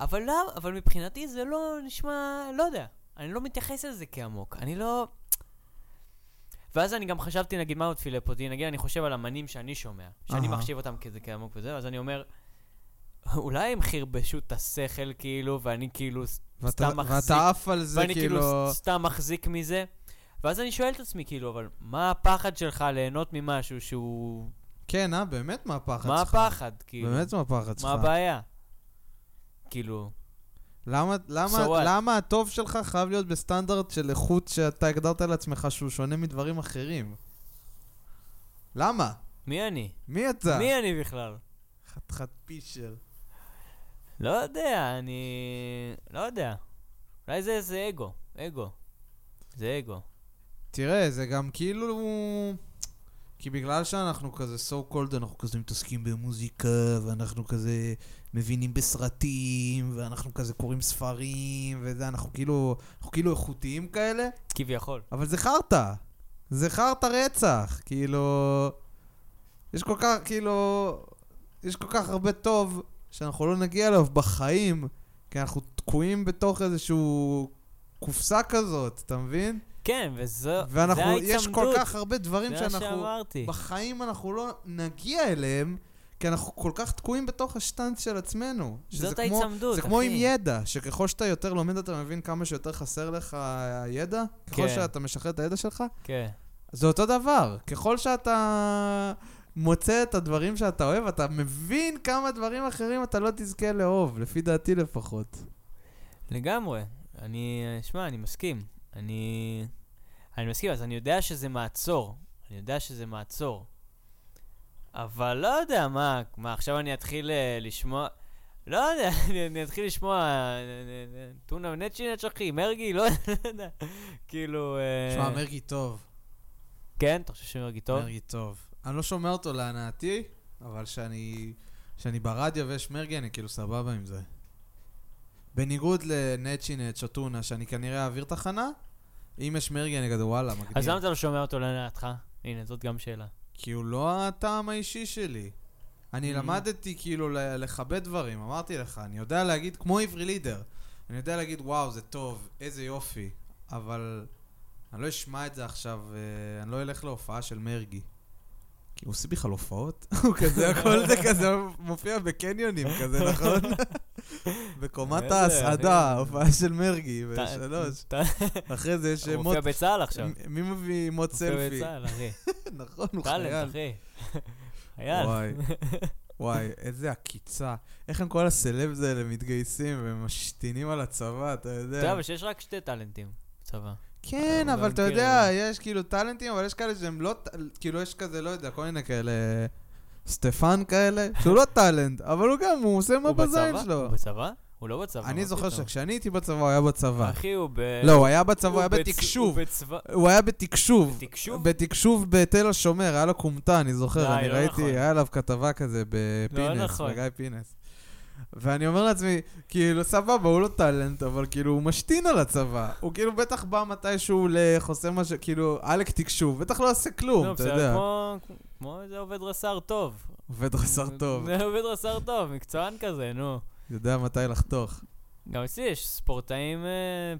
[SPEAKER 2] אבל לא, אבל מבחינתי זה לא נשמע, לא יודע, אני לא מתייחס לזה כעמוק, אני לא... ואז אני גם חשבתי, נגיד, מה עוד פילפוטי? נגיד, אני חושב על אמנים שאני שומע, שאני
[SPEAKER 1] אהה.
[SPEAKER 2] מחשיב אותם כזה כעמוק וזה, אז אני אומר, אולי הם חרבשו את השכל, כאילו, ואני כאילו ס-
[SPEAKER 1] ואתה-
[SPEAKER 2] סתם מחזיק...
[SPEAKER 1] ואתה עף על זה
[SPEAKER 2] ואני
[SPEAKER 1] כאילו...
[SPEAKER 2] כאילו ס- סתם מחזיק מזה. ואז אני שואל את עצמי, כאילו, אבל מה הפחד שלך ליהנות ממשהו שהוא...
[SPEAKER 1] כן, אה, באמת מה הפחד שלך?
[SPEAKER 2] מה הפחד, כאילו?
[SPEAKER 1] באמת מה הפחד שלך?
[SPEAKER 2] מה הבעיה? כאילו,
[SPEAKER 1] למה, למה,
[SPEAKER 2] So what?
[SPEAKER 1] למה הטוב שלך חייב להיות בסטנדרט של איכות שאתה הגדרת לעצמך שהוא שונה מדברים אחרים? למה?
[SPEAKER 2] מי אני?
[SPEAKER 1] מי אתה?
[SPEAKER 2] מי אני בכלל?
[SPEAKER 1] חתיכת פישר.
[SPEAKER 2] לא יודע, אני... לא יודע. אולי זה איזה אגו. אגו. זה אגו.
[SPEAKER 1] תראה, זה גם כאילו... כי בגלל שאנחנו כזה so called, אנחנו כזה מתעסקים במוזיקה, ואנחנו כזה מבינים בסרטים, ואנחנו כזה קוראים ספרים, וזה, אנחנו כאילו, אנחנו כאילו איכותיים כאלה,
[SPEAKER 2] כביכול.
[SPEAKER 1] אבל זה חרטא. זה חרטא רצח, כאילו... יש כל כך, כאילו... יש כל כך הרבה טוב שאנחנו לא נגיע אליו בחיים, כי אנחנו תקועים בתוך איזשהו קופסה כזאת, אתה מבין?
[SPEAKER 2] כן, וזו...
[SPEAKER 1] ואנחנו,
[SPEAKER 2] זה
[SPEAKER 1] יש כל
[SPEAKER 2] ההיצמדות.
[SPEAKER 1] כך הרבה דברים
[SPEAKER 2] זה מה
[SPEAKER 1] שאנחנו,
[SPEAKER 2] שאמרתי.
[SPEAKER 1] בחיים אנחנו לא נגיע אליהם, כי אנחנו כל כך תקועים בתוך השטנץ של עצמנו. שזה
[SPEAKER 2] זאת
[SPEAKER 1] כמו-
[SPEAKER 2] ההיצמדות,
[SPEAKER 1] זה
[SPEAKER 2] אחי.
[SPEAKER 1] כמו עם ידע, שככל שאתה יותר לומד אתה מבין כמה שיותר חסר לך הידע, ככל
[SPEAKER 2] כן.
[SPEAKER 1] שאתה משחרר את הידע שלך,
[SPEAKER 2] כן.
[SPEAKER 1] זה אותו דבר. ככל שאתה מוצא את הדברים שאתה אוהב, אתה מבין כמה דברים אחרים אתה לא תזכה לאהוב, לפי דעתי לפחות.
[SPEAKER 2] לגמרי. אני, שמע, אני מסכים. אני... אני מסכים, אז אני יודע שזה מעצור. אני יודע שזה מעצור. אבל לא יודע, מה, מה, עכשיו אני אתחיל אה, לשמוע... לא יודע, אני, אני אתחיל לשמוע אה, אה, אה, טונה ונצ'י נצ'חי, מרגי, לא יודע. כאילו... אה,
[SPEAKER 1] תשמע, מרגי טוב.
[SPEAKER 2] כן, אתה חושב שמרגי טוב?
[SPEAKER 1] מרגי טוב. אני לא שומע אותו להנאתי, אבל שאני, שאני ברדיו ויש מרגי, אני כאילו סבבה עם זה. בניגוד לנצ'ינץ' או טונה, שאני כנראה אעביר תחנה, אם יש מרגי אני כזה וואלה, מגניב.
[SPEAKER 2] אז למה אתה לא שומע אותו להנאתך? הנה, זאת גם שאלה.
[SPEAKER 1] כי הוא לא הטעם האישי שלי. אני
[SPEAKER 2] Mm.
[SPEAKER 1] למדתי כאילו ל- לכבד דברים, אמרתי לך, אני יודע להגיד, כמו עברי לידר, אני יודע להגיד, וואו, זה טוב, איזה יופי, אבל אני לא אשמע את זה עכשיו, אה, אני לא אלך להופעה של מרגי. כי הוא עושה בכלל הופעות? הוא כזה, הכל זה כזה מופיע בקניונים כזה, נכון? בקומת
[SPEAKER 2] איזה,
[SPEAKER 1] ההסעדה,
[SPEAKER 2] אחי.
[SPEAKER 1] הופעה של מרגי,
[SPEAKER 2] אתה-
[SPEAKER 1] בשלוש.
[SPEAKER 2] אתה-
[SPEAKER 1] אחרי זה יש
[SPEAKER 2] הוא
[SPEAKER 1] אה, מוט...
[SPEAKER 2] מופיע בצה"ל עכשיו.
[SPEAKER 1] מ- מי מביא מוט
[SPEAKER 2] מופיע
[SPEAKER 1] סלפי?
[SPEAKER 2] בצה"ל, אחי.
[SPEAKER 1] נכון, הוא חייל.
[SPEAKER 2] טאלנט, אחי. חייל.
[SPEAKER 1] וואי, וואי, איזה עקיצה. איך הם כל הסלבס האלה מתגייסים ומשתינים על הצבא, אתה
[SPEAKER 2] אתה יודע,
[SPEAKER 1] יודע.
[SPEAKER 2] אבל שיש רק שתי טאלנטים בצבא.
[SPEAKER 1] כן,
[SPEAKER 2] לא
[SPEAKER 1] אבל אתה
[SPEAKER 2] מכיר
[SPEAKER 1] יודע,
[SPEAKER 2] את
[SPEAKER 1] יש כאילו טאלנטים, אבל יש כאלה שהם לא, טאל- כאילו יש כזה, לא יודע, כל מיני כאלה, סטפן כאלה, שהוא לא טאלנט, אבל הוא גם, הוא עושה מה
[SPEAKER 2] הוא
[SPEAKER 1] בזין
[SPEAKER 2] בצבא?
[SPEAKER 1] שלו.
[SPEAKER 2] הוא בצבא? הוא לא בצבא.
[SPEAKER 1] אני
[SPEAKER 2] מה
[SPEAKER 1] זוכר
[SPEAKER 2] פתאום?
[SPEAKER 1] שכשאני הייתי בצבא, הוא היה בצבא.
[SPEAKER 2] אחי, הוא ב...
[SPEAKER 1] לא, הוא היה בצבא, הוא
[SPEAKER 2] הוא
[SPEAKER 1] היה
[SPEAKER 2] בצ-
[SPEAKER 1] בתקשוב.
[SPEAKER 2] הוא בצבא...
[SPEAKER 1] הוא היה בתקשוב.
[SPEAKER 2] בתקשוב?
[SPEAKER 1] בתקשוב בתל השומר, היה לו כומתה, אני זוכר,
[SPEAKER 2] די,
[SPEAKER 1] אני
[SPEAKER 2] לא
[SPEAKER 1] ראיתי,
[SPEAKER 2] נכון.
[SPEAKER 1] היה עליו כתבה כזה
[SPEAKER 2] לא
[SPEAKER 1] בפינס,
[SPEAKER 2] נכון.
[SPEAKER 1] בגיא פינס. ואני אומר לעצמי, כאילו, סבבה, הוא לא טאלנט, אבל כאילו, הוא משתין על הצבא. הוא כאילו בטח בא מתישהו לחוסם מה ש... כאילו, עלק תקשוב, בטח לא עושה כלום,
[SPEAKER 2] לא,
[SPEAKER 1] אתה
[SPEAKER 2] בסדר,
[SPEAKER 1] יודע.
[SPEAKER 2] כמו- כמו איזה עובד רס"ר טוב.
[SPEAKER 1] עובד חסר טוב,
[SPEAKER 2] זה עובד רס"ר טוב, מקצוען כזה, נו.
[SPEAKER 1] יודע מתי לחתוך.
[SPEAKER 2] גם אצלי יש ספורטאים אה,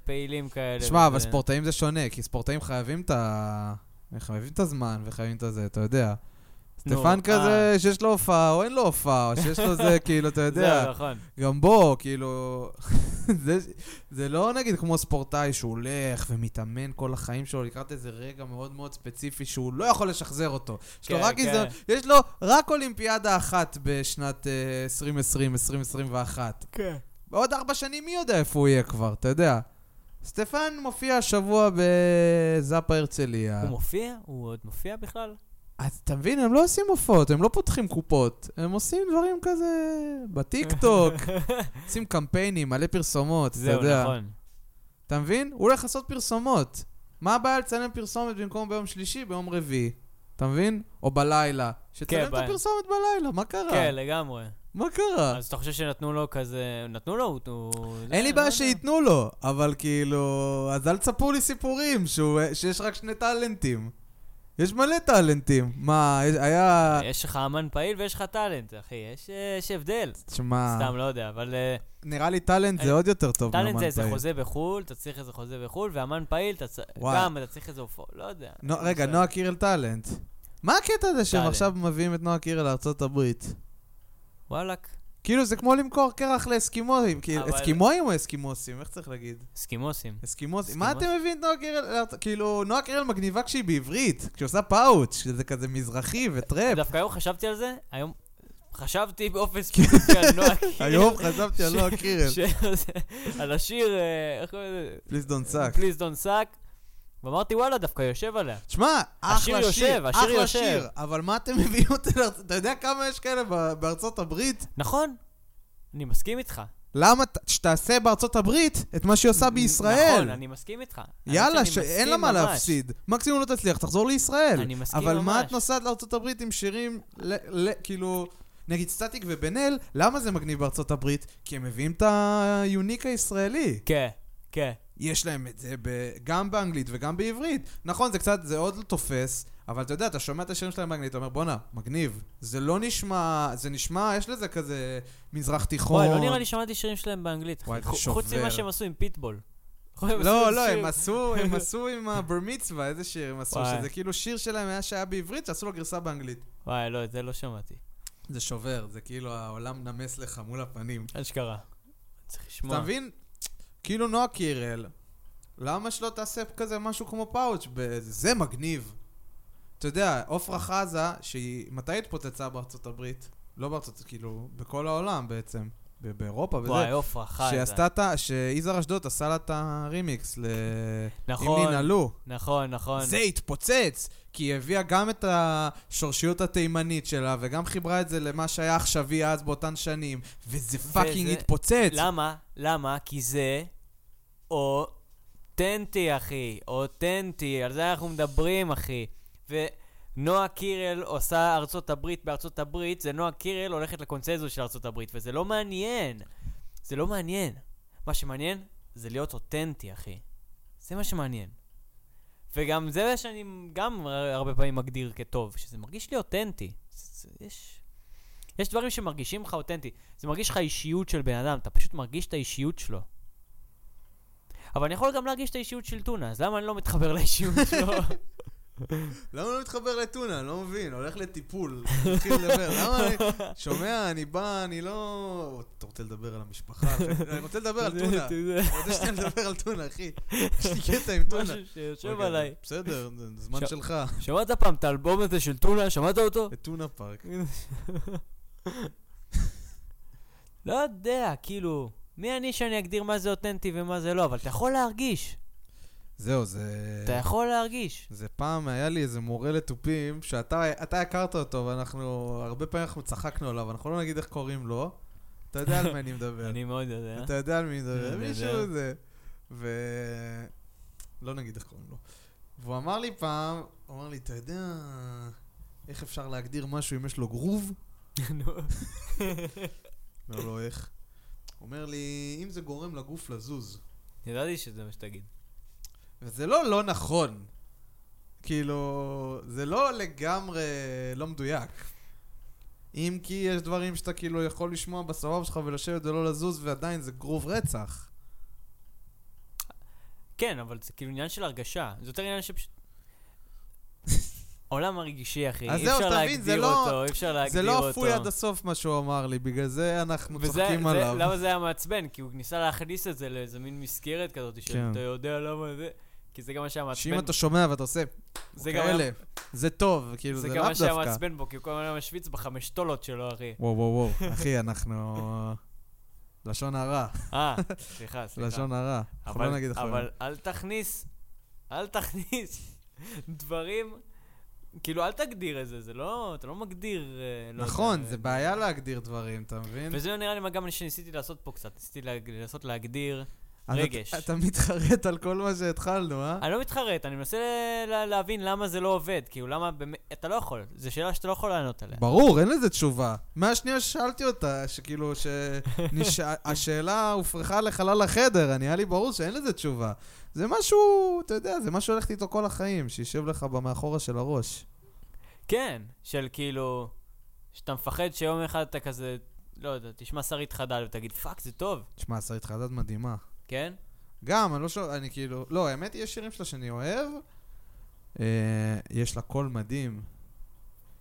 [SPEAKER 2] פעילים כאלה.
[SPEAKER 1] שמע, אבל
[SPEAKER 2] וזה.
[SPEAKER 1] ספורטאים זה שונה, כי ספורטאים חייבים את ה... חייבים את הזמן וחייבים את הזה, אתה יודע.
[SPEAKER 2] נו,
[SPEAKER 1] סטפן
[SPEAKER 2] אה,
[SPEAKER 1] כזה, שיש לו הופעה, או אין לו הופעה, או שיש לו זה, כאילו, אתה יודע.
[SPEAKER 2] זהו, נכון.
[SPEAKER 1] גם בו, כאילו... זה, זה לא נגיד כמו ספורטאי שהוא הולך ומתאמן כל החיים שלו לקראת איזה רגע מאוד מאוד ספציפי שהוא לא יכול לשחזר אותו. יש לו
[SPEAKER 2] כן,
[SPEAKER 1] רק
[SPEAKER 2] כן.
[SPEAKER 1] הזדמנות, יש לו רק אולימפיאדה אחת בשנת אה, 2020, 2021.
[SPEAKER 2] כן.
[SPEAKER 1] בעוד ארבע שנים מי יודע איפה הוא יהיה כבר, אתה יודע. סטפן מופיע השבוע בזאפה הרצליה.
[SPEAKER 2] הוא מופיע? הוא עוד מופיע בכלל?
[SPEAKER 1] אז אתה מבין, הם לא עושים הופעות, הם לא פותחים קופות. הם עושים דברים כזה בטיקטוק, עושים קמפיינים, מלא פרסומות, אתה
[SPEAKER 2] זהו,
[SPEAKER 1] יודע.
[SPEAKER 2] נכון.
[SPEAKER 1] אתה מבין? הוא הולך לעשות פרסומות. מה הבעיה לצלם פרסומת במקום ביום שלישי, ביום רביעי? אתה מבין? או בלילה. שתצלם
[SPEAKER 2] כן,
[SPEAKER 1] את
[SPEAKER 2] בעיה.
[SPEAKER 1] הפרסומת בלילה, מה קרה?
[SPEAKER 2] כן, לגמרי.
[SPEAKER 1] מה קרה?
[SPEAKER 2] אז אתה חושב שנתנו לו כזה... נתנו לו? הוא...
[SPEAKER 1] אין לי
[SPEAKER 2] לא
[SPEAKER 1] בעיה
[SPEAKER 2] יודע.
[SPEAKER 1] שייתנו לו, אבל כאילו, אז אל תספרו לי סיפורים שהוא, שיש רק שני טאלנטים. יש מלא טאלנטים. מה, יש- היה...
[SPEAKER 2] יש לך אמן פעיל ויש לך טאלנט, אחי. יש, אה, יש הבדל.
[SPEAKER 1] תשמע,
[SPEAKER 2] סתם, לא יודע, אבל... אה,
[SPEAKER 1] נראה לי טאלנט
[SPEAKER 2] אני-
[SPEAKER 1] זה עוד יותר טוב מאמן
[SPEAKER 2] אה, טאלנט זה איזה
[SPEAKER 1] פעיל.
[SPEAKER 2] חוזה בחו"ל, אתה צריך איזה חוזה בחו"ל, ואמן פעיל, אתה צ-
[SPEAKER 1] וואי.
[SPEAKER 2] גם, אתה צריך איזה הופעה, לא יודע.
[SPEAKER 1] נו, רגע,
[SPEAKER 2] בסדר.
[SPEAKER 1] נועה קירל טאלנט. מה הקטע הזה שהם
[SPEAKER 2] טאלנט.
[SPEAKER 1] עכשיו מביאים את נועה קירל לארצות הברית?
[SPEAKER 2] וואלכ,
[SPEAKER 1] כאילו זה כמו למכור קרח לאסקימואים, כאילו,
[SPEAKER 2] אבל-
[SPEAKER 1] אסקימואים או אסקימוסים? איך צריך להגיד?
[SPEAKER 2] סקימוסים.
[SPEAKER 1] אסקימוסים. מה
[SPEAKER 2] אסקימוס.
[SPEAKER 1] אתם מביאים את נועה קירל? לארצ- כאילו, נועה קירל מגניבה כשהיא בעברית, כשהיא עושה פאוץ', שזה כזה מזרחי וטראפ.
[SPEAKER 2] דווקא היום חשבתי על זה, היום חשבתי באופן ספציפי על נועה קירל.
[SPEAKER 1] כן. היום חשבתי על נועה קירל.
[SPEAKER 2] ש- על השיר, אה, איך קוראים לזה?
[SPEAKER 1] פליז דון סאק.
[SPEAKER 2] פליז דון סאק. ואמרתי, וואלה, דווקא יושב עליה.
[SPEAKER 1] שמע,
[SPEAKER 2] השיר
[SPEAKER 1] אחלה
[SPEAKER 2] יושב,
[SPEAKER 1] שיר,
[SPEAKER 2] השיר
[SPEAKER 1] אחלה
[SPEAKER 2] יושב.
[SPEAKER 1] שיר, אבל מה אתם מביאים אותי לארצות... אתה יודע כמה יש כאלה ב- בארצות הברית?
[SPEAKER 2] נכון, אני מסכים איתך.
[SPEAKER 1] למה ת- שתעשה בארצות הברית את מה שהיא עושה
[SPEAKER 2] נכון,
[SPEAKER 1] בישראל?
[SPEAKER 2] אני מסכים איתך.
[SPEAKER 1] יאללה,
[SPEAKER 2] האמת שאני
[SPEAKER 1] שאין לה
[SPEAKER 2] מסכים
[SPEAKER 1] מה
[SPEAKER 2] ממש.
[SPEAKER 1] להפסיד. מקסימום לא תצליח, תחזור לישראל.
[SPEAKER 2] אני מסכים
[SPEAKER 1] אבל מה
[SPEAKER 2] ממש.
[SPEAKER 1] את נוסעת לארצות הברית עם שירים, ל- ל- כאילו, נגיד סטטיק ובן אל, למה זה מגניב בארצות הברית? כי הם מביאים את היוניק הישראלי.
[SPEAKER 2] כן, כן.
[SPEAKER 1] יש להם את זה ב- גם באנגלית וגם בעברית. נכון, זה קצת, זה עוד לא תופס, אבל אתה יודע, אתה שומע את השירים שלהם באנגלית, אתה אומר, בואנה, מגניב. זה לא נשמע, זה נשמע, יש לזה כזה מזרח תיכון.
[SPEAKER 2] וואי, לא נראה לי שמעתי שירים שלהם באנגלית.
[SPEAKER 1] וואי,
[SPEAKER 2] חו-
[SPEAKER 1] זה שובר.
[SPEAKER 2] חוץ ממה שהם עשו עם פיטבול.
[SPEAKER 1] לא, לא, הם עשו, הם עשו עם הבר מצווה, איזה שיר הם עשו,
[SPEAKER 2] וואי.
[SPEAKER 1] שזה כאילו שיר שלהם היה שהיה בעברית, שעשו לו גרסה באנגלית.
[SPEAKER 2] וואי, לא, את זה לא שמעתי.
[SPEAKER 1] זה שובר, זה כאילו העולם נמס לך מול הפנים.
[SPEAKER 2] אשכרה. צריך לשמוע.
[SPEAKER 1] אתה מבין? כאילו נועה קירל, למה שלא תעשה כזה משהו כמו פאוץ'? ב- זה מגניב. אתה יודע, עפרה חזה, שהיא, מתי התפוצצה בארצות הברית? לא בארצות, כאילו, בכל העולם בעצם. ב- באירופה וזה.
[SPEAKER 2] וואי, עופרה, חי. זה.
[SPEAKER 1] שעשתה את ה... שיזהר אשדוד עשה לה את הרימיקס ל... עם
[SPEAKER 2] נכון,
[SPEAKER 1] נינה לו.
[SPEAKER 2] נכון, נכון.
[SPEAKER 1] זה התפוצץ, כי היא הביאה גם את השורשיות התימנית שלה, וגם חיברה את זה למה שהיה עכשווי אז באותן שנים, וזה פאקינג
[SPEAKER 2] וזה-
[SPEAKER 1] התפוצץ.
[SPEAKER 2] למה? למה? כי זה אותנטי, אחי. אותנטי. על זה אנחנו מדברים, אחי. ונועה קירל עושה ארצות הברית בארצות הברית, זה נועה קירל הולכת לקונצנזוס של ארצות הברית, וזה לא מעניין. זה לא מעניין. מה שמעניין זה להיות אותנטי, אחי. זה מה שמעניין. וגם זה שאני גם הרבה פעמים מגדיר כטוב, שזה מרגיש לי אותנטי. זה- זה- יש... יש דברים שמרגישים לך אותנטי. זה מרגיש לך אישיות של בן אדם, אתה פשוט מרגיש את האישיות שלו. אבל אני יכול גם להרגיש את האישיות של טונה, אז למה אני לא מתחבר לאישיות שלו?
[SPEAKER 1] למה לא מתחבר לטונה? אני לא מבין, הולך לטיפול, מתחיל לדבר. למה אני... שומע, אני בא, אני לא... אתה רוצה לדבר על המשפחה? אני רוצה לדבר על טונה.
[SPEAKER 2] אתה
[SPEAKER 1] אני
[SPEAKER 2] יודע,
[SPEAKER 1] רוצה שאתה מדבר על טונה, אחי. יש לי קטע עם טונה. אוקיי,
[SPEAKER 2] משהו שיושב
[SPEAKER 1] רגע,
[SPEAKER 2] עליי.
[SPEAKER 1] בסדר, זה
[SPEAKER 2] ש-
[SPEAKER 1] זמן שלך.
[SPEAKER 2] שמעת פעם את האלבום הזה של טונה? שמעת אותו?
[SPEAKER 1] לטונה פארק.
[SPEAKER 2] לא יודע, כאילו, מי אני שאני אגדיר מה זה אותנטי ומה זה לא, אבל אתה יכול להרגיש.
[SPEAKER 1] זהו, זה...
[SPEAKER 2] אתה יכול להרגיש.
[SPEAKER 1] זה פעם היה לי איזה מורה לתופים, שאתה אתה הכרת אותו, ואנחנו, הרבה פעמים אנחנו צחקנו עליו, אנחנו לא נגיד איך קוראים לו. אתה יודע על מי אני מדבר.
[SPEAKER 2] אני מאוד יודע.
[SPEAKER 1] אתה יודע על מי
[SPEAKER 2] אני
[SPEAKER 1] מדבר.
[SPEAKER 2] יודע.
[SPEAKER 1] מישהו זה. ו... לא נגיד איך קוראים לו. והוא אמר לי פעם, הוא אמר לי, אתה יודע איך אפשר להגדיר משהו אם יש לו גרוב?
[SPEAKER 2] נו.
[SPEAKER 1] לא, לא איך. הוא אומר לי, אם זה גורם לגוף לזוז.
[SPEAKER 2] ידעתי שזה מה שתגיד.
[SPEAKER 1] וזה לא לא נכון. כאילו, זה לא לגמרי לא מדויק. אם כי יש דברים שאתה כאילו יכול לשמוע בסבב שלך ולשבת ולא לזוז, ועדיין זה גרוב רצח.
[SPEAKER 2] כן, אבל זה כאילו עניין של הרגשה. זה יותר עניין שפשוט... עולם הרגישי, אחי.
[SPEAKER 1] אז
[SPEAKER 2] אי
[SPEAKER 1] זהו,
[SPEAKER 2] אפשר
[SPEAKER 1] תבין, זה
[SPEAKER 2] להגדיר
[SPEAKER 1] לא-
[SPEAKER 2] אותו, אי אפשר להגדיר
[SPEAKER 1] זה
[SPEAKER 2] אותו.
[SPEAKER 1] לא אפוי עד הסוף מה שהוא אמר לי, בגלל זה אנחנו
[SPEAKER 2] וזה-
[SPEAKER 1] צוחקים
[SPEAKER 2] זה-
[SPEAKER 1] עליו.
[SPEAKER 2] למה זה היה מעצבן? כי הוא ניסה להכניס את זה לאיזה מין מסגרת כזאת,
[SPEAKER 1] כן.
[SPEAKER 2] שאתה יודע למה זה... כי זה גם מה שהיה מעצבן.
[SPEAKER 1] שאם אתה שומע ואתה עושה
[SPEAKER 2] זה גם היה-
[SPEAKER 1] כאלה, זה טוב, כאילו, זה
[SPEAKER 2] זה גם
[SPEAKER 1] לאו
[SPEAKER 2] מה שהיה
[SPEAKER 1] דווקא.
[SPEAKER 2] מעצבן בו, כי הוא כל הזמן היה משוויץ בחמש תולות שלו, אחי.
[SPEAKER 1] וואו, וואו, וואו, אחי, אנחנו... לשון הרע,
[SPEAKER 2] אה, סליחה, סליחה.
[SPEAKER 1] לשון הרע. אנחנו
[SPEAKER 2] אבל-
[SPEAKER 1] לא נגיד
[SPEAKER 2] אבל
[SPEAKER 1] אחרונים.
[SPEAKER 2] אל תכניס, אל תכניס דברים, כאילו אל תגדיר את זה, זה לא, אתה לא מגדיר... אה, לא
[SPEAKER 1] נכון,
[SPEAKER 2] יודע,
[SPEAKER 1] זה
[SPEAKER 2] אה,
[SPEAKER 1] בעיה להגדיר דברים, אתה מבין?
[SPEAKER 2] וזה נראה לי מה גם שניסיתי לעשות פה קצת, ניסיתי להג- לנסות להגדיר.
[SPEAKER 1] אז אתה-
[SPEAKER 2] רגש.
[SPEAKER 1] אתה מתחרט על כל מה שהתחלנו, אה?
[SPEAKER 2] אני לא מתחרט, אני מנסה לה- להבין למה זה לא עובד, כאילו למה באמת, אתה לא יכול, זו שאלה שאתה לא יכול לענות עליה.
[SPEAKER 1] ברור, אין לזה תשובה. מהשנייה ששאלתי אותה, שכאילו, שהשאלה הופרכה לחלל החדר, נהיה לי ברור שאין לזה תשובה. זה משהו, אתה יודע, זה מה שהולכת איתו כל החיים, שישב לך במאחורה של הראש.
[SPEAKER 2] כן, של כאילו, שאתה מפחד שיום אחד אתה כזה, לא יודע, תשמע שרית חדל ותגיד, פאק, זה טוב,
[SPEAKER 1] תשמע, שרית חדד מדהימה.
[SPEAKER 2] כן?
[SPEAKER 1] גם, אני לא שומע, אני כאילו... לא, האמת היא, יש שירים שלה שאני אוהב. אה, יש לה קול מדהים.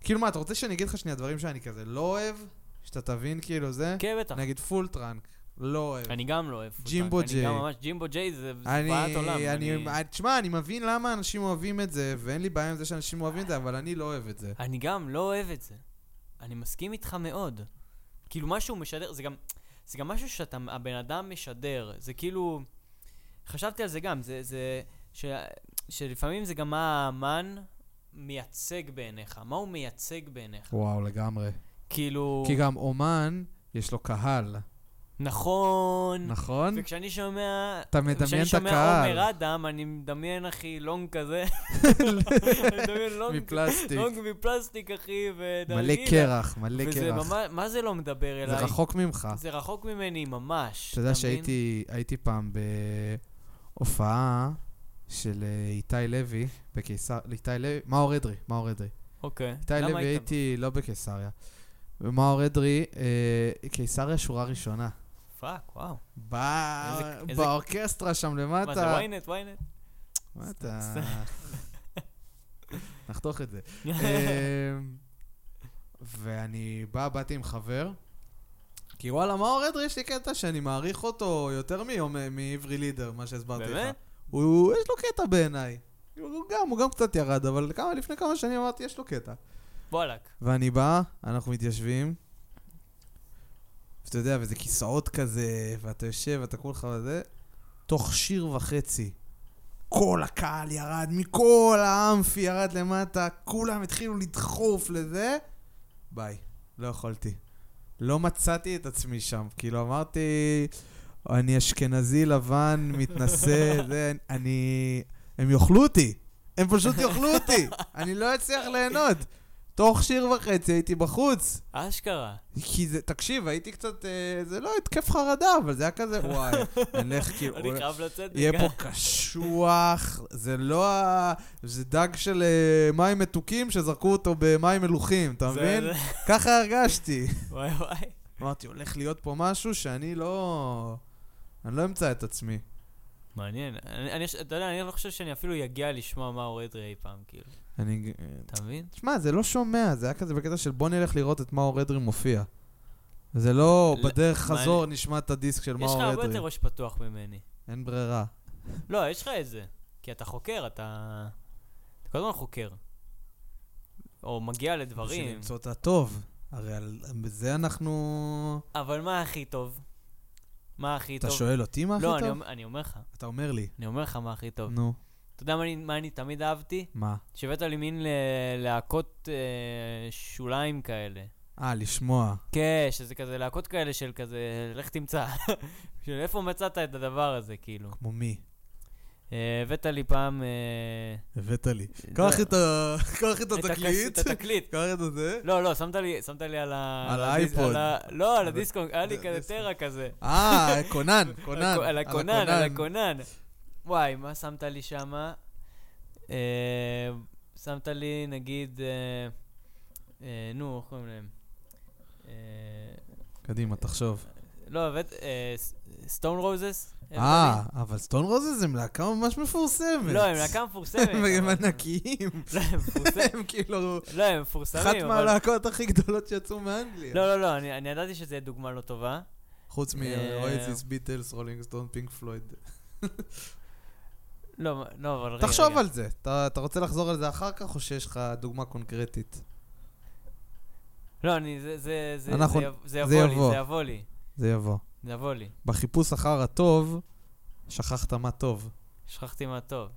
[SPEAKER 1] כאילו מה, אתה רוצה שאני אגיד לך שנייה דברים שאני כזה לא אוהב? שאתה תבין כאילו זה?
[SPEAKER 2] כן, בטח.
[SPEAKER 1] נגיד פול טראנק, לא אוהב.
[SPEAKER 2] אני גם לא אוהב פוטאנק.
[SPEAKER 1] ג'ימבו
[SPEAKER 2] אני
[SPEAKER 1] ג'יי.
[SPEAKER 2] גם ממש, ג'ימבו ג'יי זה זה זוועת
[SPEAKER 1] אני,
[SPEAKER 2] עולם.
[SPEAKER 1] אני, אני, תשמע, אני מבין למה אנשים אוהבים את זה, ואין לי בעיה עם זה שאנשים אוהבים את זה, אבל אני לא אוהב את זה.
[SPEAKER 2] אני גם לא אוהב את זה. אני מסכים איתך מאוד. כאילו, מה שהוא משדר, זה גם, זה גם משהו שאתה, הבן אדם משדר. זה כאילו, חשבתי על זה גם, זה, זה, ש, שלפעמים זה גם מה האמן מייצג בעיניך, מה הוא מייצג בעיניך.
[SPEAKER 1] וואו, לגמרי.
[SPEAKER 2] כאילו,
[SPEAKER 1] כי גם אומן, יש לו קהל,
[SPEAKER 2] Mm. נכון.
[SPEAKER 1] נכון?
[SPEAKER 2] וכשאני שומע...
[SPEAKER 1] אתה מדמיין
[SPEAKER 2] כשאני
[SPEAKER 1] את
[SPEAKER 2] שומע
[SPEAKER 1] הקהל
[SPEAKER 2] עומר אה, אדם, אני מדמיין, אחי, לונג כזה. אני מדמיין לונג
[SPEAKER 1] מפלסטיק.
[SPEAKER 2] לונג מפלסטיק, אחי, ודרגילה.
[SPEAKER 1] מלא קרח, מלא
[SPEAKER 2] לא וזה
[SPEAKER 1] קרח.
[SPEAKER 2] ממש, מה זה לא מדבר
[SPEAKER 1] זה
[SPEAKER 2] אליי?
[SPEAKER 1] רחוק ממך.
[SPEAKER 2] זה רחוק ממני ממש.
[SPEAKER 1] אתה יודע
[SPEAKER 2] מבין?
[SPEAKER 1] שהייתי הייתי פעם בהופעה של אה, איתי לוי בקיסר... איתי לוי? מאור אדרי, מאור אדרי.
[SPEAKER 2] אוקיי.
[SPEAKER 1] איתי
[SPEAKER 2] למה
[SPEAKER 1] לוי
[SPEAKER 2] היית?
[SPEAKER 1] הייתי לא בקיסריה. ומאור אדרי, אה, קיסריה שורה ראשונה.
[SPEAKER 2] פאק, וואו.
[SPEAKER 1] ב-
[SPEAKER 2] איזה- איזה-
[SPEAKER 1] באורקסטרה שם למטה.
[SPEAKER 2] מה זה ynet, ynet?
[SPEAKER 1] מה אתה... נחתוך את זה. אמ, ואני בא, באתי עם חבר, כי וואלה, מאור אדרי, יש לי קטע שאני מעריך אותו יותר מיום- מעברי לידר, מה שהסברתי לך.
[SPEAKER 2] באמת?
[SPEAKER 1] הוא, יש לו קטע בעיניי. הוא גם, הוא גם קצת ירד, אבל כמה, לפני כמה שנים אמרתי, יש לו קטע.
[SPEAKER 2] וואלק.
[SPEAKER 1] ואני בא, אנחנו מתיישבים, ואתה יודע, וזה כיסאות כזה, ואתה יושב, ואתה כולך וזה, תוך שיר וחצי. כל הקהל ירד, מכל האמפי ירד למטה, כולם התחילו לדחוף לזה. ביי, לא יכולתי. לא מצאתי את עצמי שם, כאילו אמרתי, אני אשכנזי לבן, מתנשא, זה, אני... הם יאכלו אותי, הם פשוט יאכלו אותי, אני לא אצליח ליהנות. תוך שיר וחצי הייתי בחוץ.
[SPEAKER 2] אשכרה.
[SPEAKER 1] כי זה, תקשיב, הייתי קצת, אה, זה לא התקף חרדה, אבל זה היה כזה, וואי, אני אלך כאילו...
[SPEAKER 2] אני חייב לצאת.
[SPEAKER 1] יהיה
[SPEAKER 2] מכאן.
[SPEAKER 1] פה קשוח, זה לא ה... זה דג של אה, מים מתוקים שזרקו אותו במים מלוכים, אתה
[SPEAKER 2] זה-
[SPEAKER 1] מבין?
[SPEAKER 2] זה-
[SPEAKER 1] ככה הרגשתי.
[SPEAKER 2] וואי וואי.
[SPEAKER 1] אמרתי, הולך להיות פה משהו שאני לא... אני לא אמצא את עצמי.
[SPEAKER 2] מעניין. אני- אני- אתה יודע, אני לא חושב שאני אפילו אגיע לשמוע מה אורד אי פעם, כאילו.
[SPEAKER 1] אני...
[SPEAKER 2] אתה מבין?
[SPEAKER 1] תשמע, זה לא שומע, זה היה כזה בקטע של בוא נלך לראות את מאור אדרי מופיע. זה לא
[SPEAKER 2] ל-
[SPEAKER 1] בדרך
[SPEAKER 2] מה-
[SPEAKER 1] חזור נשמע את הדיסק של
[SPEAKER 2] יש לך
[SPEAKER 1] מאור
[SPEAKER 2] הרבה
[SPEAKER 1] אדרי.
[SPEAKER 2] יותר ראש פתוח ממני.
[SPEAKER 1] אין ברירה.
[SPEAKER 2] לא, יש לך את זה. כי אתה חוקר, אתה... אתה כל הזמן חוקר. או מגיע
[SPEAKER 1] בשביל
[SPEAKER 2] לדברים.
[SPEAKER 1] למצוא את הטוב. הרי על זה אנחנו...
[SPEAKER 2] אבל מה הכי טוב? מה הכי
[SPEAKER 1] אתה
[SPEAKER 2] טוב?
[SPEAKER 1] שואל אותי מה הכי
[SPEAKER 2] לא, אני
[SPEAKER 1] טוב?
[SPEAKER 2] אומר- אני אומר לך.
[SPEAKER 1] אתה אומר לי.
[SPEAKER 2] אני אומר לך מה הכי טוב.
[SPEAKER 1] נו,
[SPEAKER 2] אתה יודע מה אני- מה אני תמיד אהבתי?
[SPEAKER 1] מה?
[SPEAKER 2] שהבאת לי מין ל- להקות אה, שוליים כאלה.
[SPEAKER 1] אה, לשמוע.
[SPEAKER 2] כן, שזה כזה להקות כאלה של כזה, לך תמצא. של איפה מצאת את הדבר הזה, כאילו.
[SPEAKER 1] כמו מי?
[SPEAKER 2] אה, הבאת לי פעם... אה,
[SPEAKER 1] הבאת לי.
[SPEAKER 2] זה-
[SPEAKER 1] קח את ה... קח את
[SPEAKER 2] את הכס-
[SPEAKER 1] התקליט.
[SPEAKER 2] את התקליט.
[SPEAKER 1] קח את זה.
[SPEAKER 2] לא, לא, שמת לי, שמת לי על ה...
[SPEAKER 1] על
[SPEAKER 2] הדיס-
[SPEAKER 1] האייפוד.
[SPEAKER 2] על ה- לא, על
[SPEAKER 1] זה-
[SPEAKER 2] הדיסקו, היה לי
[SPEAKER 1] זה-
[SPEAKER 2] כזה
[SPEAKER 1] דיסקו.
[SPEAKER 2] טרה כזה.
[SPEAKER 1] אה, קונן,
[SPEAKER 2] על
[SPEAKER 1] קונן.
[SPEAKER 2] הכ- על הקונן, על הקונן. וואי, מה שמת לי שמה? אה, שמת לי, נגיד, אה, אה, נו, איך קוראים להם? אה,
[SPEAKER 1] קדימה, תחשוב.
[SPEAKER 2] לא, הבאת, סטון רוזס?
[SPEAKER 1] אה, אבל סטון רוזס הם להקה ממש מפורסמת.
[SPEAKER 2] לא, הם להקה מפורסמת.
[SPEAKER 1] הם
[SPEAKER 2] אבל-
[SPEAKER 1] ענקיים.
[SPEAKER 2] לא, הם מפורסמים.
[SPEAKER 1] הם כאילו...
[SPEAKER 2] לא, הם מפורסמים.
[SPEAKER 1] אחת
[SPEAKER 2] אבל-
[SPEAKER 1] מהלהקות הכי גדולות שיצאו מאנגליה.
[SPEAKER 2] לא, לא, לא, אני אני ידעתי שזו דוגמה לא טובה.
[SPEAKER 1] חוץ
[SPEAKER 2] אה,
[SPEAKER 1] מאויזיס, ביטלס, רולינג סטון, פינק פלויד.
[SPEAKER 2] לא, מה- לא, אבל רגע.
[SPEAKER 1] תחשוב
[SPEAKER 2] רגע.
[SPEAKER 1] על זה. אתה אתה רוצה לחזור על זה אחר כך, או שיש לך דוגמה קונקרטית?
[SPEAKER 2] לא, אני, זה, זה, זה,
[SPEAKER 1] אנחנו-
[SPEAKER 2] זה, יב- זה
[SPEAKER 1] זה
[SPEAKER 2] יבוא לי,
[SPEAKER 1] יבוא.
[SPEAKER 2] זה יבוא לי.
[SPEAKER 1] זה יבוא.
[SPEAKER 2] יבוא לי.
[SPEAKER 1] בחיפוש אחר הטוב, שכחת מה טוב.
[SPEAKER 2] שכחתי מה טוב.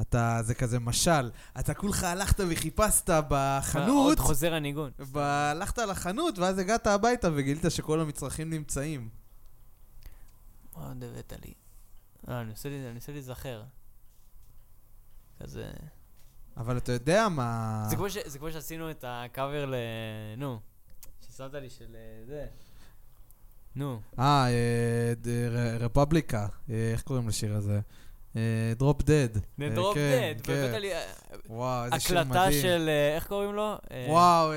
[SPEAKER 1] אתה, זה כזה משל. אתה כולך הלכת וחיפשת
[SPEAKER 2] עוד
[SPEAKER 1] בחנות,
[SPEAKER 2] חוזר הניגון.
[SPEAKER 1] ב- הלכת לחנות, ואז הגעת הביתה וגילית שכל המצרכים נמצאים.
[SPEAKER 2] מה עוד הבאת לי? אה, אני מנסה לי- אני מנסה להיזכר. כזה...
[SPEAKER 1] אה. אבל אתה יודע מה...
[SPEAKER 2] זה כמו ש- זה כמו שעשינו את הקאבר ל... נו. ששמת לי של אה, זה. נו.
[SPEAKER 1] אה, אה, ד- ר- רפבליקה, אה, איך קוראים לשיר הזה? אה, דרופ דד.
[SPEAKER 2] נדרופ דד. והבאת לי אה,
[SPEAKER 1] אה, וואו, כן, איזה שיר מדהים.
[SPEAKER 2] הקלטה של... אה, איך קוראים לו? אה,
[SPEAKER 1] וואו, אה,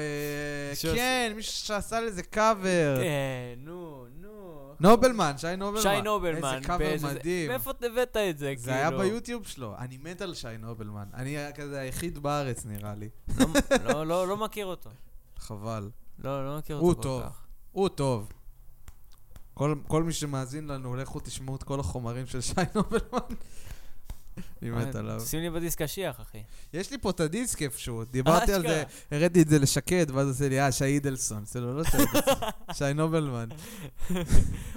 [SPEAKER 2] שעוש-
[SPEAKER 1] כן, מישהו שעשה לזה קאבר.
[SPEAKER 2] אה, נו, נו. איך קוראים
[SPEAKER 1] נובלמן, שי נובלמן.
[SPEAKER 2] שי נובלמן.
[SPEAKER 1] איזה קאבר
[SPEAKER 2] באיזה-
[SPEAKER 1] מדהים.
[SPEAKER 2] מאיפה הבאת את זה?
[SPEAKER 1] זה היה
[SPEAKER 2] כאילו?
[SPEAKER 1] ביוטיוב שלו. אני מת על שי נובלמן. אני היה כזה היחיד בארץ, נראה לי.
[SPEAKER 2] לא- לא- לא לא מכיר אותו.
[SPEAKER 1] חבל.
[SPEAKER 2] לא, לא מכיר
[SPEAKER 1] הוא
[SPEAKER 2] אותו
[SPEAKER 1] טוב.
[SPEAKER 2] כל כך.
[SPEAKER 1] הוא טוב. כל, כל מי שמאזין לנו, לכו תשמעו את כל החומרים של שי נובלמן. אני מת
[SPEAKER 2] אה,
[SPEAKER 1] עליו.
[SPEAKER 2] שים לי בדיסק השיח, אחי.
[SPEAKER 1] יש לי פה את הדיסק איפשהו, דיברתי על זה,
[SPEAKER 2] אשכרה.
[SPEAKER 1] הראיתי את זה לשקד, ואז עושה לי, אה, שי אידלסון. זה לא, לא שי אידלסון, שי נובלמן.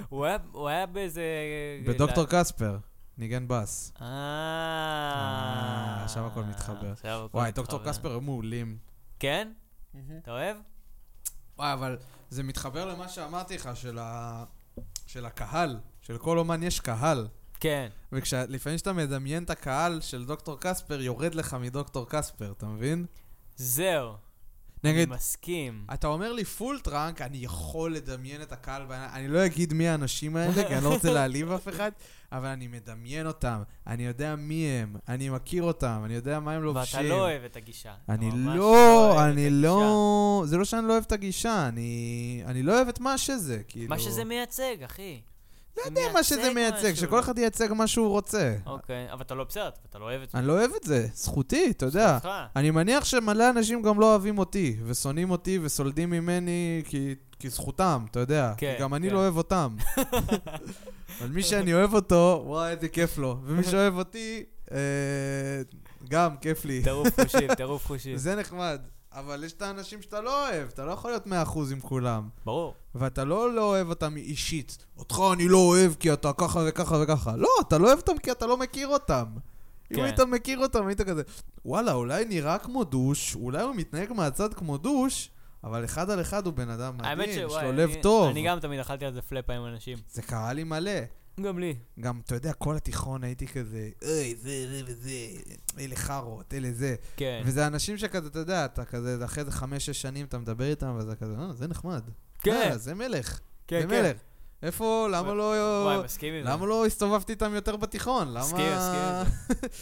[SPEAKER 2] הוא היה- הוא היה באיזה...
[SPEAKER 1] בדוקטור קספר, ניגן בס.
[SPEAKER 2] אה,
[SPEAKER 1] אה, עכשיו הכל מתחבר.
[SPEAKER 2] עכשיו הכל
[SPEAKER 1] וואי, דוקטור
[SPEAKER 2] מתחבר.
[SPEAKER 1] קספר הם מעולים.
[SPEAKER 2] כן? אתה אוהב?
[SPEAKER 1] וואי, אבל זה מתחבר למה שאמרתי לך, של ה- של הקהל. שלכל אומן יש קהל.
[SPEAKER 2] כן.
[SPEAKER 1] ולפעמים כשאתה מדמיין את הקהל של דוקטור קספר, יורד לך מדוקטור קספר, אתה מבין?
[SPEAKER 2] זהו. אני
[SPEAKER 1] נגיד,
[SPEAKER 2] מסכים.
[SPEAKER 1] אתה אומר לי פול טראנק, אני יכול לדמיין את הקהל בעיניים. אני לא אגיד מי האנשים האלה, כי אני לא רוצה להעליב אף אחד, אבל אני מדמיין אותם, אני יודע מי הם, אני מכיר אותם, אני יודע מה הם לובשים.
[SPEAKER 2] ואתה לא אוהב את הגישה. אתה
[SPEAKER 1] אני
[SPEAKER 2] ממש
[SPEAKER 1] לא,
[SPEAKER 2] אוהב את
[SPEAKER 1] אני
[SPEAKER 2] הגישה.
[SPEAKER 1] לא... זה לא שאני לא אוהב את הגישה, אני אני לא אוהב את מה שזה, כאילו.
[SPEAKER 2] מה שזה מייצג, אחי.
[SPEAKER 1] לא
[SPEAKER 2] זה
[SPEAKER 1] יודע מה שזה מייצג,
[SPEAKER 2] משהו.
[SPEAKER 1] שכל אחד ייצג מה שהוא רוצה.
[SPEAKER 2] אוקיי, אבל אתה לא בסרט, אתה לא אוהב את זה.
[SPEAKER 1] אני לא אוהב את זה, זכותי, אתה יודע.
[SPEAKER 2] אותך.
[SPEAKER 1] אני מניח שמלא אנשים גם לא אוהבים אותי, ושונאים אותי, וסולדים ממני כי, כי זכותם, אתה יודע.
[SPEAKER 2] כן,
[SPEAKER 1] כי גם אני
[SPEAKER 2] כן.
[SPEAKER 1] לא אוהב אותם. אבל מי שאני אוהב אותו, וואי, איזה כיף לו. ומי שאוהב אותי, אה, גם כיף לי.
[SPEAKER 2] טירוף חושים, טירוף חושים.
[SPEAKER 1] זה נחמד. אבל יש את האנשים שאתה לא אוהב, אתה לא יכול להיות 100% עם כולם.
[SPEAKER 2] ברור.
[SPEAKER 1] ואתה לא לא אוהב אותם אישית. אותך אני לא אוהב כי אתה ככה וככה וככה. לא, אתה לא אוהב אותם כי אתה לא מכיר אותם. אם
[SPEAKER 2] כן.
[SPEAKER 1] היית מכיר אותם, היית כזה, וואלה, אולי נראה כמו דוש, אולי הוא מתנהג מהצד כמו דוש, אבל אחד על אחד הוא בן אדם
[SPEAKER 2] האמת
[SPEAKER 1] מדהים, יש
[SPEAKER 2] שוואי,
[SPEAKER 1] לו לב
[SPEAKER 2] אני-
[SPEAKER 1] טוב.
[SPEAKER 2] אני גם תמיד אכלתי על זה פלאפה עם אנשים.
[SPEAKER 1] זה קרה לי מלא.
[SPEAKER 2] גם לי.
[SPEAKER 1] גם, אתה יודע, כל התיכון הייתי כזה, אוי, זה, זה וזה, אלה חארות, אלה זה.
[SPEAKER 2] כן.
[SPEAKER 1] וזה אנשים שכזה, אתה יודע, אתה כזה, אחרי זה חמש-שש שנים אתה מדבר איתם, ואתה כזה, אה, זה נחמד.
[SPEAKER 2] כן,
[SPEAKER 1] אה, זה מלך.
[SPEAKER 2] כן,
[SPEAKER 1] זה
[SPEAKER 2] כן.
[SPEAKER 1] מלך. איפה, למה
[SPEAKER 2] וואי,
[SPEAKER 1] לא...
[SPEAKER 2] מסכים עם זה.
[SPEAKER 1] למה לא הסתובבתי איתם יותר בתיכון? למה...
[SPEAKER 2] מסכים, מסכים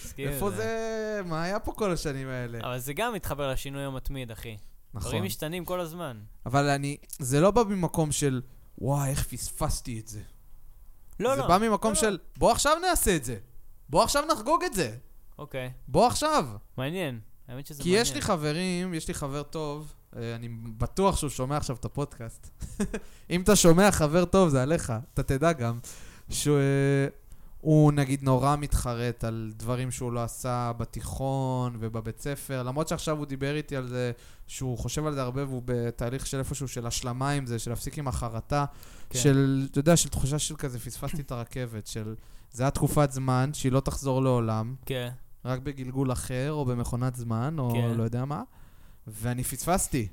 [SPEAKER 2] מסכים עם
[SPEAKER 1] איפה זה... מה היה פה כל השנים האלה?
[SPEAKER 2] אבל זה גם מתחבר לשינוי המתמיד, אחי. דברים
[SPEAKER 1] נכון.
[SPEAKER 2] משתנים כל הזמן.
[SPEAKER 1] אבל אני... זה לא בא ממקום של, וואי, איך פספסתי את זה.
[SPEAKER 2] לא,
[SPEAKER 1] זה
[SPEAKER 2] לא.
[SPEAKER 1] בא ממקום
[SPEAKER 2] לא, לא.
[SPEAKER 1] של, בוא עכשיו נעשה את זה. בוא עכשיו נחגוג את זה.
[SPEAKER 2] אוקיי.
[SPEAKER 1] בוא עכשיו.
[SPEAKER 2] מעניין. האמת שזה
[SPEAKER 1] כי
[SPEAKER 2] מעניין.
[SPEAKER 1] יש לי חברים, יש לי חבר טוב, אה, אני בטוח שהוא שומע עכשיו את הפודקאסט. אם אתה שומע חבר טוב, זה עליך, אתה תדע גם. שהוא אה, הוא, נגיד נורא מתחרט על דברים שהוא לא עשה בתיכון ובבית ספר, למרות שעכשיו הוא דיבר איתי על זה, שהוא חושב על זה הרבה והוא בתהליך של איפשהו של השלמה עם זה, של להפסיק עם החרטה,
[SPEAKER 2] כן.
[SPEAKER 1] של, אתה יודע, של תחושה של כזה, פספסתי את הרכבת, של... זה היה תקופת זמן שהיא לא תחזור לעולם.
[SPEAKER 2] כן.
[SPEAKER 1] רק בגלגול אחר, או במכונת זמן, או
[SPEAKER 2] כן.
[SPEAKER 1] כן. לא יודע מה, ואני פספסתי.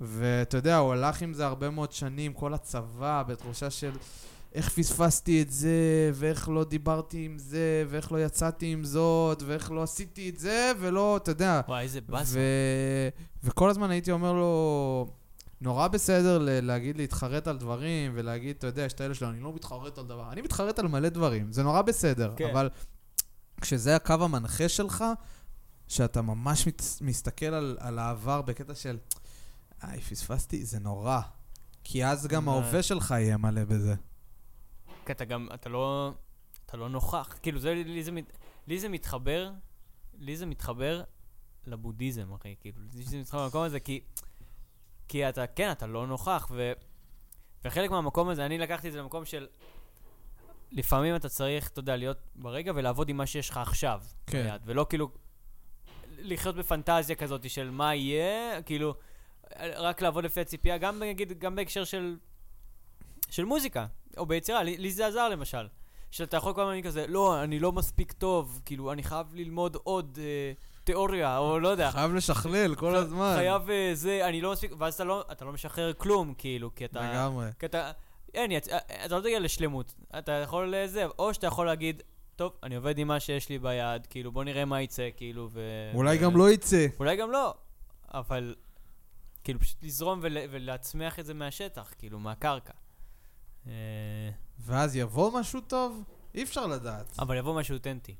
[SPEAKER 1] ואתה יודע, הוא הלך עם זה הרבה מאוד שנים, כל הצבא, בתחושה של איך פספסתי את זה, ואיך לא דיברתי עם זה, ואיך לא יצאתי עם זאת, ואיך לא עשיתי את זה, ולא, אתה יודע.
[SPEAKER 2] וואי, איזה באסה.
[SPEAKER 1] ו... וכל הזמן הייתי אומר לו, נורא בסדר ל- להגיד להתחרט על דברים, ולהגיד, אתה יודע, יש את האלה שלו, אני לא מתחרט על דבר, אני מתחרט על מלא דברים, זה נורא בסדר,
[SPEAKER 2] כן.
[SPEAKER 1] כן. אבל כשזה הקו המנחה שלך, שאתה ממש מת... מסתכל על, על העבר בקטע של, איי, פספסתי, זה נורא. כי אז גם
[SPEAKER 2] ממש.
[SPEAKER 1] ההווה שלך יהיה מלא בזה.
[SPEAKER 2] כי אתה גם, אתה לא, אתה לא נוכח. כאילו, זה, לי, זה מת, לי זה מתחבר, לי זה מתחבר לבודהיזם, אחי. כאילו, לי זה מתחבר למקום הזה, כי, כי אתה, כן, אתה לא נוכח, ו, וחלק מהמקום הזה, אני לקחתי את זה למקום של... לפעמים אתה צריך, אתה יודע, להיות ברגע ולעבוד עם מה שיש לך עכשיו.
[SPEAKER 1] כן.
[SPEAKER 2] ביד, ולא כאילו לחיות בפנטזיה כזאת של מה יהיה, כאילו, רק לעבוד לפי הציפייה, גם נגיד, גם בהקשר של של מוזיקה, או ביצירה, לי, לי זה עזר למשל. שאתה יכול כל הזמן להגיד כזה, לא, אני לא מספיק טוב, כאילו, אני חייב ללמוד עוד אה, תיאוריה, או לא יודע.
[SPEAKER 1] חייב לשכלל כל
[SPEAKER 2] חי-
[SPEAKER 1] הזמן.
[SPEAKER 2] חייב אה, זה, אני לא מספיק, ואז אתה לא, אתה לא משחרר כלום, כאילו, כי אתה...
[SPEAKER 1] לגמרי.
[SPEAKER 2] כי אתה, אין, יצ... אתה לא תגיע לשלמות. אתה יכול לזה, או שאתה יכול להגיד, טוב, אני עובד עם מה שיש לי ביד, כאילו, בוא נראה מה יצא, כאילו, ו...
[SPEAKER 1] אולי
[SPEAKER 2] ו-
[SPEAKER 1] גם לא יצא.
[SPEAKER 2] אולי גם לא, אבל כאילו פשוט לזרום ול... ולהצמיח את זה מהשטח, כאילו, מהקרקע. אה,
[SPEAKER 1] ואז יבוא משהו טוב? אי אפשר לדעת.
[SPEAKER 2] אבל יבוא משהו אותנטי.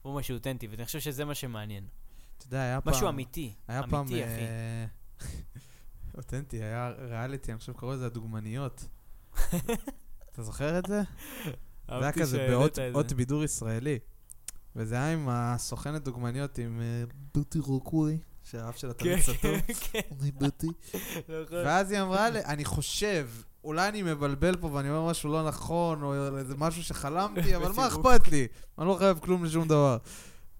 [SPEAKER 2] יבוא משהו אותנטי, ואני חושב שזה מה שמעניין.
[SPEAKER 1] אתה יודע, היה פעם...
[SPEAKER 2] משהו אמיתי.
[SPEAKER 1] היה
[SPEAKER 2] אמיתי,
[SPEAKER 1] פעם...
[SPEAKER 2] אחי.
[SPEAKER 1] אה, אותנטי, היה ריאליטי, אני חושב שקראו לזה הדוגמניות. אתה זוכר את זה? זה היה
[SPEAKER 2] אהבתי
[SPEAKER 1] כזה
[SPEAKER 2] שהעלית
[SPEAKER 1] באות
[SPEAKER 2] את זה.
[SPEAKER 1] אות בידור ישראלי. וזה היה עם הסוכנת דוגמניות, עם אה, בוטי רוקווי, שהאף שלה תמיד
[SPEAKER 2] כן,
[SPEAKER 1] סתום.
[SPEAKER 2] כן,
[SPEAKER 1] אני בוטי.
[SPEAKER 2] נכון.
[SPEAKER 1] ואז היא אמרה לי, אני חושב, אולי אני מבלבל פה ואני אומר משהו לא נכון, או איזה משהו שחלמתי, אבל מה
[SPEAKER 2] בסיבוב.
[SPEAKER 1] אכפת לי? אני לא חייב כלום לשום דבר.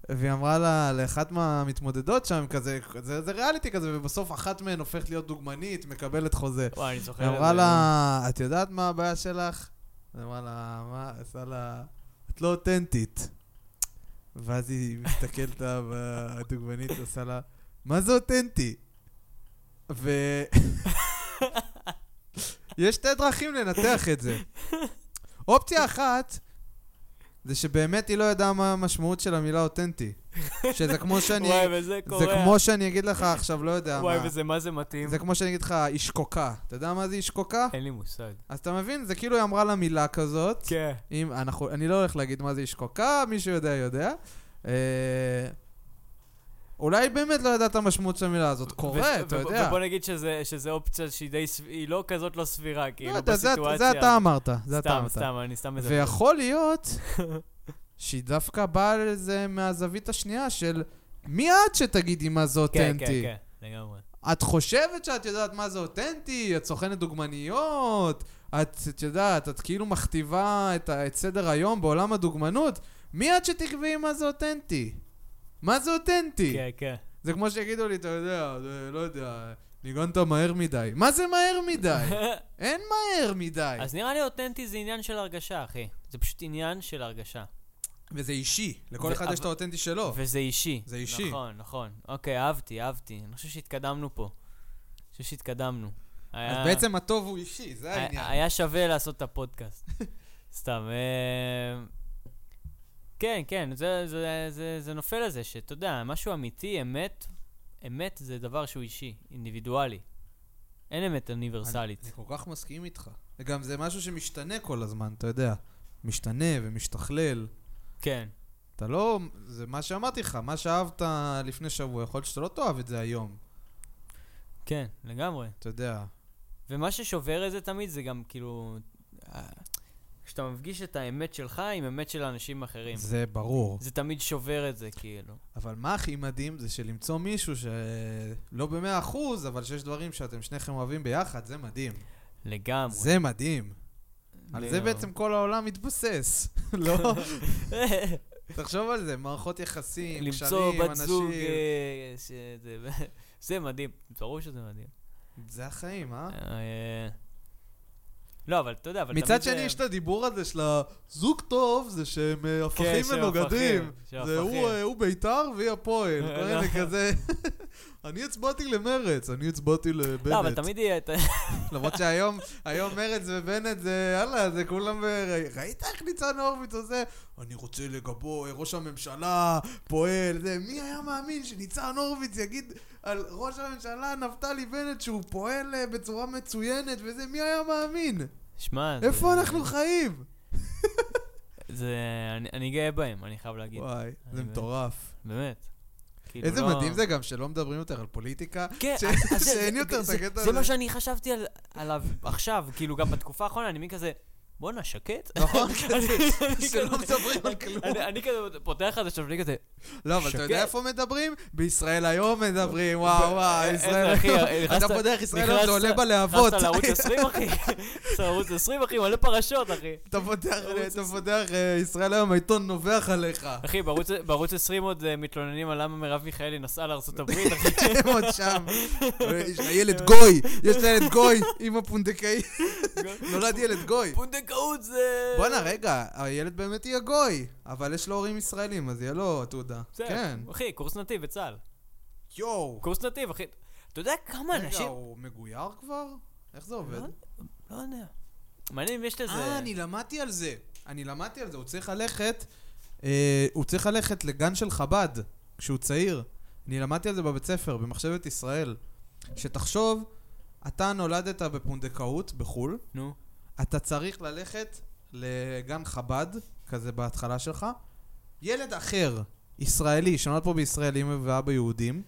[SPEAKER 1] והיא אמרה לה, לאחת מהמתמודדות שם, כזה, זה, זה ריאליטי כזה, ובסוף אחת מהן הופכת להיות דוגמנית, מקבלת חוזה.
[SPEAKER 2] וואי, אני זוכר
[SPEAKER 1] היא
[SPEAKER 2] את
[SPEAKER 1] אמרה
[SPEAKER 2] זה.
[SPEAKER 1] לה, את יודעת מה הבעיה שלך? אז אמרה לה, מה? עשה לה, את לא אותנטית. ואז היא מסתכלת עליו, הדוגמנית, עושה לה, מה זה אותנטי? ו... יש שתי דרכים לנתח את זה. אופציה אחת, זה שבאמת היא לא ידעה מה המשמעות של המילה אותנטי. שזה כמו שאני...
[SPEAKER 2] וואי, וזה קורה.
[SPEAKER 1] זה כמו שאני אגיד לך עכשיו, לא יודע
[SPEAKER 2] וואי,
[SPEAKER 1] מה.
[SPEAKER 2] וזה מה זה מתאים.
[SPEAKER 1] זה כמו שאני אגיד לך, איש קוקה. אתה יודע מה זה איש קוקה?
[SPEAKER 2] אין לי מושג.
[SPEAKER 1] אז אתה מבין, זה כאילו היא אמרה לה מילה כזאת.
[SPEAKER 2] כן.
[SPEAKER 1] אם אנחנו, אני לא הולך להגיד מה זה איש קוקה, מי שיודע יודע. אה, אולי באמת לא ידעת את המשמעות של המילה הזאת. קורה, אתה יודע. לא,
[SPEAKER 2] ובוא נגיד שזה, שזה אופציה שהיא די, סב- היא לא כזאת לא סבירה, כאילו,
[SPEAKER 1] לא יודע, זה-
[SPEAKER 2] בסיטואציה.
[SPEAKER 1] זה אתה אמרת, זה אתה
[SPEAKER 2] סתם,
[SPEAKER 1] אמרת.
[SPEAKER 2] סתם, אני סתם מזלזל.
[SPEAKER 1] ויכול להיות שהיא דווקא באה לזה מהזווית השנייה של מי את שתגידי מה זה
[SPEAKER 2] כן, כן,
[SPEAKER 1] אותנטי.
[SPEAKER 2] כן, לגמרי.
[SPEAKER 1] את חושבת שאת יודעת מה זה אותנטי, את סוכנת דוגמניות, את, את יודעת, את כאילו מכתיבה את, ה- את סדר היום בעולם הדוגמנות, מי את שתקבעי מה זה אותנטי? מה זה אותנטי?
[SPEAKER 2] כן, כן.
[SPEAKER 1] זה כמו שיגידו לי, אתה יודע, זה- לא יודע, ניגנת מהר מדי. מה זה מהר מדי? אין מהר מדי.
[SPEAKER 2] אז נראה לי אותנטי זה עניין של הרגשה, אחי. זה פשוט עניין של הרגשה.
[SPEAKER 1] וזה אישי, לכל
[SPEAKER 2] ו-
[SPEAKER 1] אחד יש את
[SPEAKER 2] אבל-
[SPEAKER 1] האותנטי שלו.
[SPEAKER 2] וזה אישי.
[SPEAKER 1] זה אישי.
[SPEAKER 2] נכון, נכון. אוקיי, אהבתי, אהבתי. אני חושב שהתקדמנו פה. אני חושב שהתקדמנו.
[SPEAKER 1] אז
[SPEAKER 2] היה-
[SPEAKER 1] בעצם הטוב הוא אישי, זה
[SPEAKER 2] היה-
[SPEAKER 1] העניין.
[SPEAKER 2] היה שווה לעשות את הפודקאסט. סתם. אה, כן, כן, זה, זה, זה, זה נופל לזה שאתה יודע, משהו אמיתי, אמת, אמת זה דבר שהוא אישי, אינדיבידואלי. אין אמת
[SPEAKER 1] אני
[SPEAKER 2] אוניברסלית.
[SPEAKER 1] כל כך מסכים איתך. גם זה משהו שמשתנה כל הזמן, אתה יודע. משתנה ומשתכלל.
[SPEAKER 2] כן,
[SPEAKER 1] אתה לא... זה מה שאמרתי לך, מה שאהבת לפני שבוע, יכול להיות שאתה לא תאהב את זה היום.
[SPEAKER 2] כן, לגמרי.
[SPEAKER 1] אתה יודע.
[SPEAKER 2] ומה ששובר את זה תמיד זה גם כאילו... אה, כשאתה מפגיש את האמת שלך עם אמת של אנשים אחרים.
[SPEAKER 1] זה ברור.
[SPEAKER 2] זה תמיד שובר את זה, כאילו.
[SPEAKER 1] אבל מה הכי מדהים זה שלמצוא מישהו שלא במאה אחוז, אבל שיש דברים שאתם שניכם אוהבים ביחד, זה מדהים.
[SPEAKER 2] לגמרי.
[SPEAKER 1] זה מדהים. על זה
[SPEAKER 2] לגמרי.
[SPEAKER 1] בעצם כל העולם מתבסס. לא? תחשוב על זה, מערכות יחסים,
[SPEAKER 2] למצוא
[SPEAKER 1] קשרים,
[SPEAKER 2] בת זוג,
[SPEAKER 1] אנשים.
[SPEAKER 2] אה, שזה- זה מדהים, ברור שזה מדהים.
[SPEAKER 1] זה החיים, אה?
[SPEAKER 2] אה, לא, אבל אתה יודע, אבל
[SPEAKER 1] מצד
[SPEAKER 2] תמיד
[SPEAKER 1] שני,
[SPEAKER 2] זה-
[SPEAKER 1] יש את הדיבור הזה של הזוג טוב, זה שהם אה,
[SPEAKER 2] כן,
[SPEAKER 1] הפכים
[SPEAKER 2] שהם
[SPEAKER 1] מנוגדים.
[SPEAKER 2] הפכים, שהם
[SPEAKER 1] זה הוא,
[SPEAKER 2] הפכים.
[SPEAKER 1] אה, הוא בית"ר והיא הפועל.
[SPEAKER 2] אה,
[SPEAKER 1] כל מיני
[SPEAKER 2] לא.
[SPEAKER 1] כזה. אני הצבעתי למרץ, אני הצבעתי
[SPEAKER 2] לא, אבל
[SPEAKER 1] לבנט.
[SPEAKER 2] תמיד יהיה, אתה-
[SPEAKER 1] למרות שהיום היום מרץ ובנט זה, יאללה, זה כולם... ב- ראית איך ניצן הורוביץ עושה? אני רוצה לגבו, אה, ראש הממשלה, פועל, זה. מי היה מאמין שניצן הורוביץ יגיד על ראש הממשלה נפתלי בנט שהוא פועל אה, בצורה מצוינת וזה? מי היה מאמין?
[SPEAKER 2] שמע, זה-
[SPEAKER 1] איפה אנחנו חיים?
[SPEAKER 2] זה, אני- אני גאה בהם, אני חייב להגיד,
[SPEAKER 1] וואי,
[SPEAKER 2] אני
[SPEAKER 1] זה
[SPEAKER 2] באמת-
[SPEAKER 1] מטורף.
[SPEAKER 2] באמת. כאילו,
[SPEAKER 1] איזה
[SPEAKER 2] לא-
[SPEAKER 1] מדהים זה גם שלא מדברים יותר על פוליטיקה.
[SPEAKER 2] כן,
[SPEAKER 1] ש-
[SPEAKER 2] אז- אז זה-
[SPEAKER 1] שאין
[SPEAKER 2] זה-
[SPEAKER 1] יותר את
[SPEAKER 2] זה-
[SPEAKER 1] הקטע
[SPEAKER 2] זה
[SPEAKER 1] הזה.
[SPEAKER 2] מה שאני חשבתי על- עליו עכשיו, כאילו, גם בתקופה האחרונה, אני מין כזה, בואנה, שקט?
[SPEAKER 1] נכון,
[SPEAKER 2] אני- אני
[SPEAKER 1] שלא
[SPEAKER 2] כזה-
[SPEAKER 1] מדברים על כלום.
[SPEAKER 2] אני- אני כזה פותח את זה שם, ואני כזה,
[SPEAKER 1] לא, אבל אתה יודע
[SPEAKER 2] שקט.
[SPEAKER 1] איפה מדברים? בישראל היום מדברים, וואו וואו,
[SPEAKER 2] איזה
[SPEAKER 1] ישראל
[SPEAKER 2] אחי,
[SPEAKER 1] היום.
[SPEAKER 2] נכנסת-
[SPEAKER 1] אתה פותח ישראל היום,
[SPEAKER 2] נכנסת-
[SPEAKER 1] זה עולה בלהבות.
[SPEAKER 2] נכנסת לערוץ 20, אחי. נכנסת לערוץ 20, אחי, מלא פרשות, אחי.
[SPEAKER 1] אתה פותח,
[SPEAKER 2] ערוץ
[SPEAKER 1] אתה פותח, אה, ישראל היום, העיתון נובח עליך.
[SPEAKER 2] אחי, בערוץ- בערוץ 20 עוד אה, מתלוננים על למה מרב מיכאלי נסעה לארה"ב, אחי.
[SPEAKER 1] הם עוד שם. יש לה ילד גוי, יש לה ילד גוי עם הפונדקאי. נולד ילד גוי.
[SPEAKER 2] פונדקאות זה...
[SPEAKER 1] בואנה, רגע, הילד באמת יהיה גוי, אבל יש לו הורים ישראלים, אז יהיה לו תעודה.
[SPEAKER 2] בסדר.
[SPEAKER 1] כן.
[SPEAKER 2] אחי, קורס נתיב בצה"ל.
[SPEAKER 1] יואו.
[SPEAKER 2] קורס נתיב, אחי. אתה יודע כמה
[SPEAKER 1] רגע,
[SPEAKER 2] אנשים...
[SPEAKER 1] הוא מגויר כבר? איך זה עובד?
[SPEAKER 2] לא לא יודע. מעניין אם יש לזה...
[SPEAKER 1] אה, אני למדתי על זה. אני למדתי על זה. הוא צריך ללכת, אה, הוא צריך ללכת לגן של חב"ד כשהוא צעיר. אני למדתי על זה בבית ספר, במחשבת ישראל. שתחשוב, אתה נולדת בפונדקאות בחו"ל,
[SPEAKER 2] נו.
[SPEAKER 1] אתה צריך ללכת לגן חב"ד, כזה בהתחלה שלך. ילד אחר, ישראלי, שנולד פה בישראל, אימא ואבא יהודים,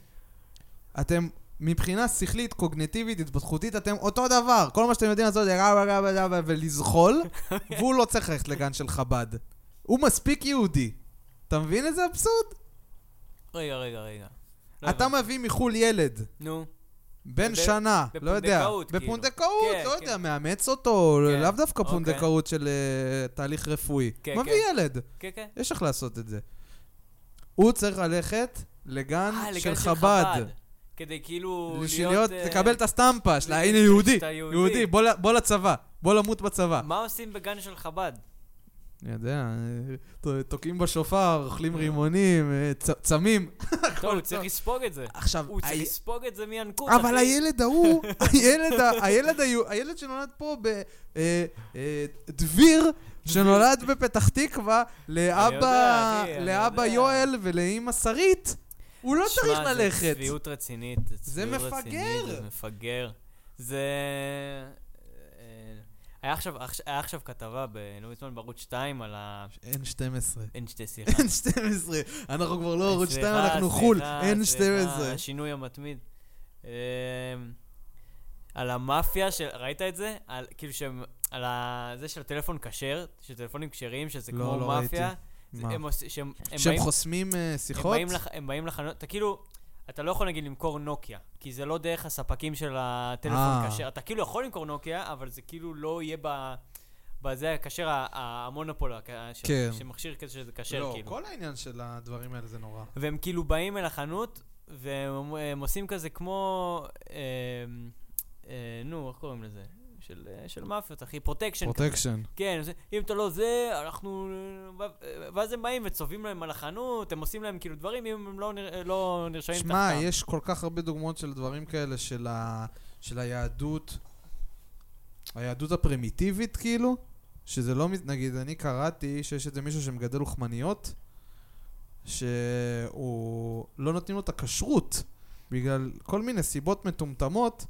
[SPEAKER 1] אתם מבחינה שכלית, קוגנטיבית, התפתחותית, אתם אותו דבר. כל מה שאתם יודעים לעשות זה רב, רב, רב, רב, ולזחול, והוא לא צריך ללכת לגן של חב"ד. הוא מספיק יהודי. אתה מבין איזה אבסורד?
[SPEAKER 2] רגע, רגע, רגע. לא
[SPEAKER 1] אתה
[SPEAKER 2] הבנתי.
[SPEAKER 1] מביא מחו"ל ילד,
[SPEAKER 2] נו.
[SPEAKER 1] בן
[SPEAKER 2] ב-
[SPEAKER 1] שנה, לא יודע.
[SPEAKER 2] בפונדקאות, כאילו.
[SPEAKER 1] בפונדקאות,
[SPEAKER 2] כן,
[SPEAKER 1] לא
[SPEAKER 2] כן.
[SPEAKER 1] יודע, מאמץ אותו, לא-
[SPEAKER 2] כן.
[SPEAKER 1] לאו דווקא
[SPEAKER 2] אוקיי.
[SPEAKER 1] פונדקאות של אה, תהליך רפואי.
[SPEAKER 2] כן,
[SPEAKER 1] מביא ילד,
[SPEAKER 2] כן, כן.
[SPEAKER 1] יש איך לעשות את זה. הוא צריך ללכת לגן
[SPEAKER 2] אה, לגן
[SPEAKER 1] של חב"ד.
[SPEAKER 2] כדי כאילו
[SPEAKER 1] בשביל
[SPEAKER 2] להיות...
[SPEAKER 1] להיות,
[SPEAKER 2] אה,
[SPEAKER 1] לקבל את הסטמפה שלה,
[SPEAKER 2] להיות
[SPEAKER 1] הנה יהודי,
[SPEAKER 2] שאתה יהודי."
[SPEAKER 1] יהודי, בוא ל- בוא לצבא, בוא למות בצבא.
[SPEAKER 2] מה עושים בגן של חב"ד?
[SPEAKER 1] אני יודע, אה, ת- תוקעים בשופר, אוכלים רימונים, אה, צ- צמים.
[SPEAKER 2] טוב, הוא צריך לספוג את זה.
[SPEAKER 1] עכשיו,
[SPEAKER 2] הוא צריך
[SPEAKER 1] ה-
[SPEAKER 2] לספוג את זה מינקות, אחי.
[SPEAKER 1] אבל הילד ההוא, הילד, ה- הילד, היו- הילד שנולד פה ב... אה, אה, דביר, שנולד בפתח תקווה, לאבא,
[SPEAKER 2] יודע, אחי, אני
[SPEAKER 1] לאבא
[SPEAKER 2] יודע.
[SPEAKER 1] יואל ולאימא שרית, הוא לא
[SPEAKER 2] שמע,
[SPEAKER 1] צריך ללכת.
[SPEAKER 2] זה צביעות רצינית. זה צביעות
[SPEAKER 1] מפגר.
[SPEAKER 2] רצינית, זה מפגר. זה... אה, היה עכשיו, עכש- היה עכשיו כתבה ב- לא מזמן בערוץ 2 על ה...
[SPEAKER 1] N12.
[SPEAKER 2] אין שתי שיחה.
[SPEAKER 1] N12, אנחנו כבר לא ערוץ 2,
[SPEAKER 2] סליחה,
[SPEAKER 1] אנחנו חו"ל,
[SPEAKER 2] סליחה,
[SPEAKER 1] N12.
[SPEAKER 2] סליחה, השינוי המתמיד. אמ, על המאפיה של, ראית את זה? על, כאילו שהם, על ה, זה של הטלפון כשר, של טלפונים כשרים, שזה
[SPEAKER 1] לא,
[SPEAKER 2] כמו
[SPEAKER 1] לא
[SPEAKER 2] מאפיה.
[SPEAKER 1] ראיתי.
[SPEAKER 2] זה-
[SPEAKER 1] מה?
[SPEAKER 2] הם עושים- שהם הם
[SPEAKER 1] שהם
[SPEAKER 2] באים-
[SPEAKER 1] חוסמים אה,
[SPEAKER 2] הם
[SPEAKER 1] שיחות?
[SPEAKER 2] באים לח- הם באים לחנות, אתה כאילו, אתה לא יכול נגיד למכור נוקיה, כי זה לא דרך הספקים של הטלפון
[SPEAKER 1] אה.
[SPEAKER 2] כשר. אתה כאילו יכול למכור נוקיה, אבל זה כאילו לא יהיה ב... בזה הכשר, ה- ה- המונופול, הכ- של-
[SPEAKER 1] כן.
[SPEAKER 2] שמכשיר כזה שזה כשר,
[SPEAKER 1] לא,
[SPEAKER 2] כאילו.
[SPEAKER 1] כל העניין של הדברים האלה זה נורא.
[SPEAKER 2] והם כאילו באים אל החנות, והם הם עושים כזה כמו... אמ, אה, נו, איך קוראים לזה? של, אה, של מאפיות, אחי, פרוטקשן. כזה.
[SPEAKER 1] פרוטקשן.
[SPEAKER 2] כן, זה, אם אתה לא זה, אנחנו... אה, ואז הם באים וצובעים להם על החנות, הם עושים להם כאילו דברים, אם הם לא, נר, לא נרשמים
[SPEAKER 1] שמע, יש כל כך הרבה דוגמאות של דברים כאלה של ה- של היהדות, היהדות הפרימיטיבית כאילו, שזה לא, מת- נגיד, אני קראתי שיש איזה מישהו שמגדל לוחמניות, שהוא, לא נותנים לו את הכשרות, בגלל כל מיני סיבות מטומטמות,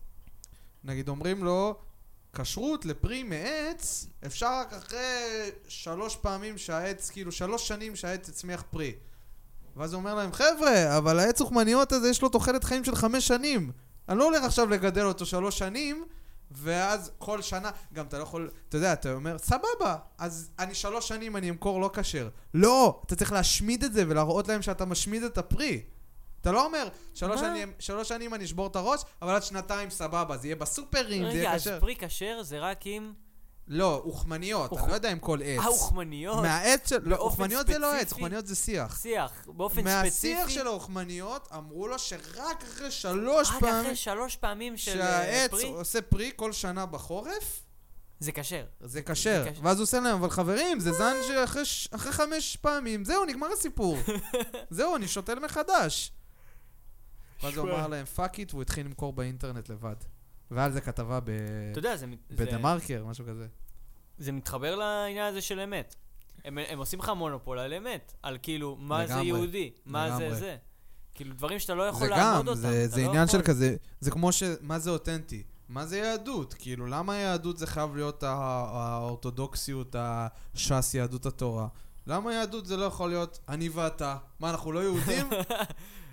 [SPEAKER 1] נגיד אומרים לו, כשרות לפרי מעץ, אפשר רק אחרי שלוש פעמים שהעץ, כאילו שלוש שנים שהעץ הצמיח פרי. ואז הוא אומר להם, חבר'ה, אבל העץ לוחמניות הזה יש לו תוחלת חיים של חמש שנים. אני לא הולך עכשיו לגדל אותו שלוש שנים, ואז כל שנה, גם אתה לא יכול, אתה יודע, אתה אומר, סבבה, אז אני שלוש שנים, אני אמכור לא כשר. לא, אתה צריך להשמיד את זה ולהראות להם שאתה משמיד את הפרי. אתה לא אומר, שלוש
[SPEAKER 2] מה?
[SPEAKER 1] שנים, שלוש שנים אני אשבור את הראש, אבל עד שנתיים סבבה, זה יהיה בסופרים, זה
[SPEAKER 2] רגע,
[SPEAKER 1] יהיה
[SPEAKER 2] אז
[SPEAKER 1] כשר.
[SPEAKER 2] פרי כשר זה רק עם
[SPEAKER 1] לא, אוכמניות,
[SPEAKER 2] אוכ-
[SPEAKER 1] אני לא יודע אם כל עץ.
[SPEAKER 2] האוכמניות,
[SPEAKER 1] מהעץ של... לא,
[SPEAKER 2] באופן
[SPEAKER 1] אוכמניות זה לא עץ,
[SPEAKER 2] ספציפי-
[SPEAKER 1] אוכמניות זה שיח.
[SPEAKER 2] שיח, באופן ספציפי.
[SPEAKER 1] מהשיח של האוכמניות אמרו לו שרק אחרי שלוש
[SPEAKER 2] רק
[SPEAKER 1] פעמים
[SPEAKER 2] אחרי שלוש פעמים של אה,
[SPEAKER 1] שהעץ
[SPEAKER 2] פרי,
[SPEAKER 1] עושה פרי כל שנה בחורף,
[SPEAKER 2] זה כשר.
[SPEAKER 1] זה כשר.
[SPEAKER 2] זה כשר.
[SPEAKER 1] ואז הוא עושה להם, אבל חברים, זה זן שאחרי ש- אחרי חמש פעמים, זהו, נגמר הסיפור. זהו, אני שותל מחדש. ואז הוא
[SPEAKER 2] שמע.
[SPEAKER 1] אמר להם, פאק איט, והוא התחיל למכור באינטרנט לבד. והיה על זה כתבה ב...
[SPEAKER 2] אתה יודע, זה... מת- זה-
[SPEAKER 1] בדה מרקר, משהו כזה.
[SPEAKER 2] זה מתחבר לעניין הזה של אמת. הם, הם עושים לך מונופול על אמת, על כאילו, מה זה
[SPEAKER 1] לגמרי,
[SPEAKER 2] יהודי, מה
[SPEAKER 1] לגמרי.
[SPEAKER 2] זה זה. כאילו, דברים שאתה לא יכול
[SPEAKER 1] זה
[SPEAKER 2] לעמוד
[SPEAKER 1] גם,
[SPEAKER 2] אותם.
[SPEAKER 1] זה,
[SPEAKER 2] אתה
[SPEAKER 1] זה
[SPEAKER 2] לא
[SPEAKER 1] עניין
[SPEAKER 2] יכול.
[SPEAKER 1] של כזה, זה כמו ש... מה זה אותנטי? מה זה יהדות? כאילו, למה היהדות זה חייב להיות ה- האורתודוקסיות, הש"ס, יהדות התורה? למה יהדות זה לא יכול להיות אני ואתה? מה, אנחנו לא יהודים?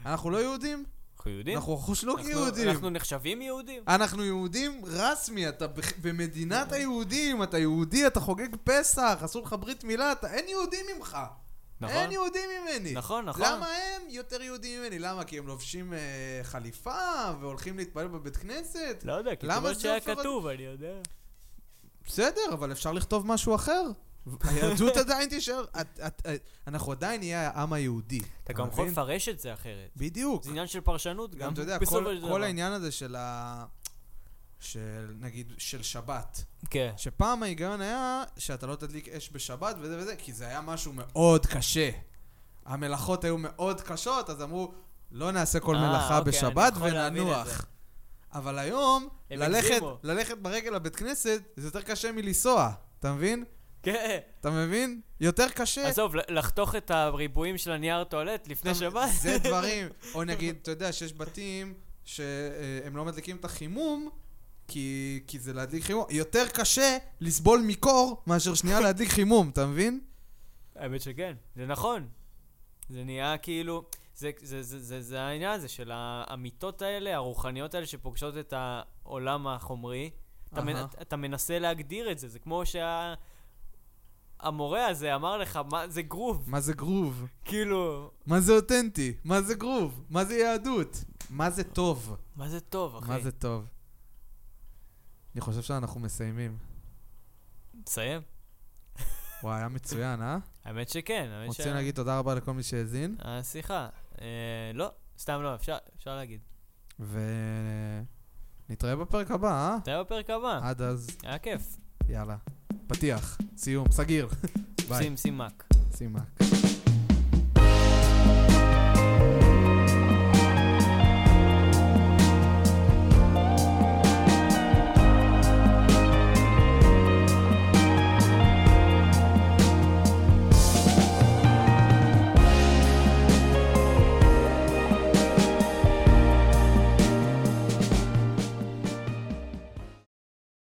[SPEAKER 1] אנחנו לא יהודים?
[SPEAKER 2] אנחנו יהודים?
[SPEAKER 1] אנחנו חושלוק
[SPEAKER 2] אנחנו-
[SPEAKER 1] יהודים.
[SPEAKER 2] אנחנו נחשבים יהודים?
[SPEAKER 1] אנחנו יהודים רסמי, אתה בח- במדינת היהודים, אתה יהודי, אתה חוגג פסח, עשו לך ברית מילה, אתה... אין יהודים ממך.
[SPEAKER 2] נכון.
[SPEAKER 1] אין יהודים ממני.
[SPEAKER 2] נכון, נכון.
[SPEAKER 1] למה הם יותר יהודים ממני? למה? כי הם לובשים אה, חליפה והולכים להתפלל בבית כנסת?
[SPEAKER 2] לא יודע, כי
[SPEAKER 1] למה
[SPEAKER 2] כמו
[SPEAKER 1] זה
[SPEAKER 2] שהיה
[SPEAKER 1] הופך את-
[SPEAKER 2] כתוב, אני יודע.
[SPEAKER 1] בסדר, אבל אפשר לכתוב משהו אחר. היהדות עדיין תישאר, את- את- את- אנחנו עדיין נהיה העם היהודי.
[SPEAKER 2] אתה גם יכול
[SPEAKER 1] מבין?
[SPEAKER 2] לפרש את זה אחרת.
[SPEAKER 1] בדיוק.
[SPEAKER 2] זה עניין של פרשנות,
[SPEAKER 1] גם
[SPEAKER 2] גם
[SPEAKER 1] אתה יודע,
[SPEAKER 2] בסופו
[SPEAKER 1] כל-
[SPEAKER 2] של דבר.
[SPEAKER 1] כל העניין הזה של ה... של נגיד של שבת.
[SPEAKER 2] כן.
[SPEAKER 1] שפעם ההיגיון היה שאתה לא תדליק אש בשבת וזה וזה, כי זה היה משהו מאוד קשה. המלאכות היו מאוד קשות, אז אמרו, לא נעשה כל
[SPEAKER 2] אה,
[SPEAKER 1] מלאכה
[SPEAKER 2] אוקיי,
[SPEAKER 1] בשבת
[SPEAKER 2] אני יכול להבין את זה.
[SPEAKER 1] וננוח. אבל היום,
[SPEAKER 2] הם
[SPEAKER 1] ללכת,
[SPEAKER 2] הגזימו.
[SPEAKER 1] ללכת ברגל לבית כנסת זה יותר קשה מלנסוע, אתה מבין?
[SPEAKER 2] כן.
[SPEAKER 1] אתה מבין? יותר קשה.
[SPEAKER 2] עזוב, ל- לחתוך את הריבועים של הנייר טואלט לפני
[SPEAKER 1] אתה-
[SPEAKER 2] שבת.
[SPEAKER 1] זה דברים. או נגיד, אתה יודע שיש בתים שהם לא מדליקים את החימום, כי, כי זה להדליק חימום. יותר קשה לסבול מקור מאשר שנייה להדליק חימום, אתה מבין?
[SPEAKER 2] האמת שכן, זה נכון. זה נהיה כאילו, זה, זה, זה, זה, זה העניין הזה של האמיתות האלה, הרוחניות האלה שפוגשות את העולם החומרי. אתה, מנ,
[SPEAKER 1] אהה.
[SPEAKER 2] אתה מנסה להגדיר את זה, זה כמו שה... המורה הזה אמר לך, מה, זה גרוב,
[SPEAKER 1] מה זה גרוב?
[SPEAKER 2] כאילו,
[SPEAKER 1] מה זה אותנטי? מה זה גרוב? מה זה יהדות? מה זה טוב?
[SPEAKER 2] מה זה טוב, אחי?
[SPEAKER 1] מה זה טוב? אני חושב שאנחנו מסיימים.
[SPEAKER 2] תסיים.
[SPEAKER 1] וואי, היה מצוין, אה?
[SPEAKER 2] האמת שכן, האמת ש...
[SPEAKER 1] רוצים להגיד תודה רבה לכל מי שהאזין,
[SPEAKER 2] השיחה. אה, לא, סתם לא, אפשר, אפשר להגיד.
[SPEAKER 1] ונתראה בפרק הבא, אה?
[SPEAKER 2] נתראה בפרק הבא,
[SPEAKER 1] עד אז,
[SPEAKER 2] היה כיף.
[SPEAKER 1] יאללה. פתיח, סיום, סגיר. ביי.
[SPEAKER 2] שים, שים מק.
[SPEAKER 1] סימק.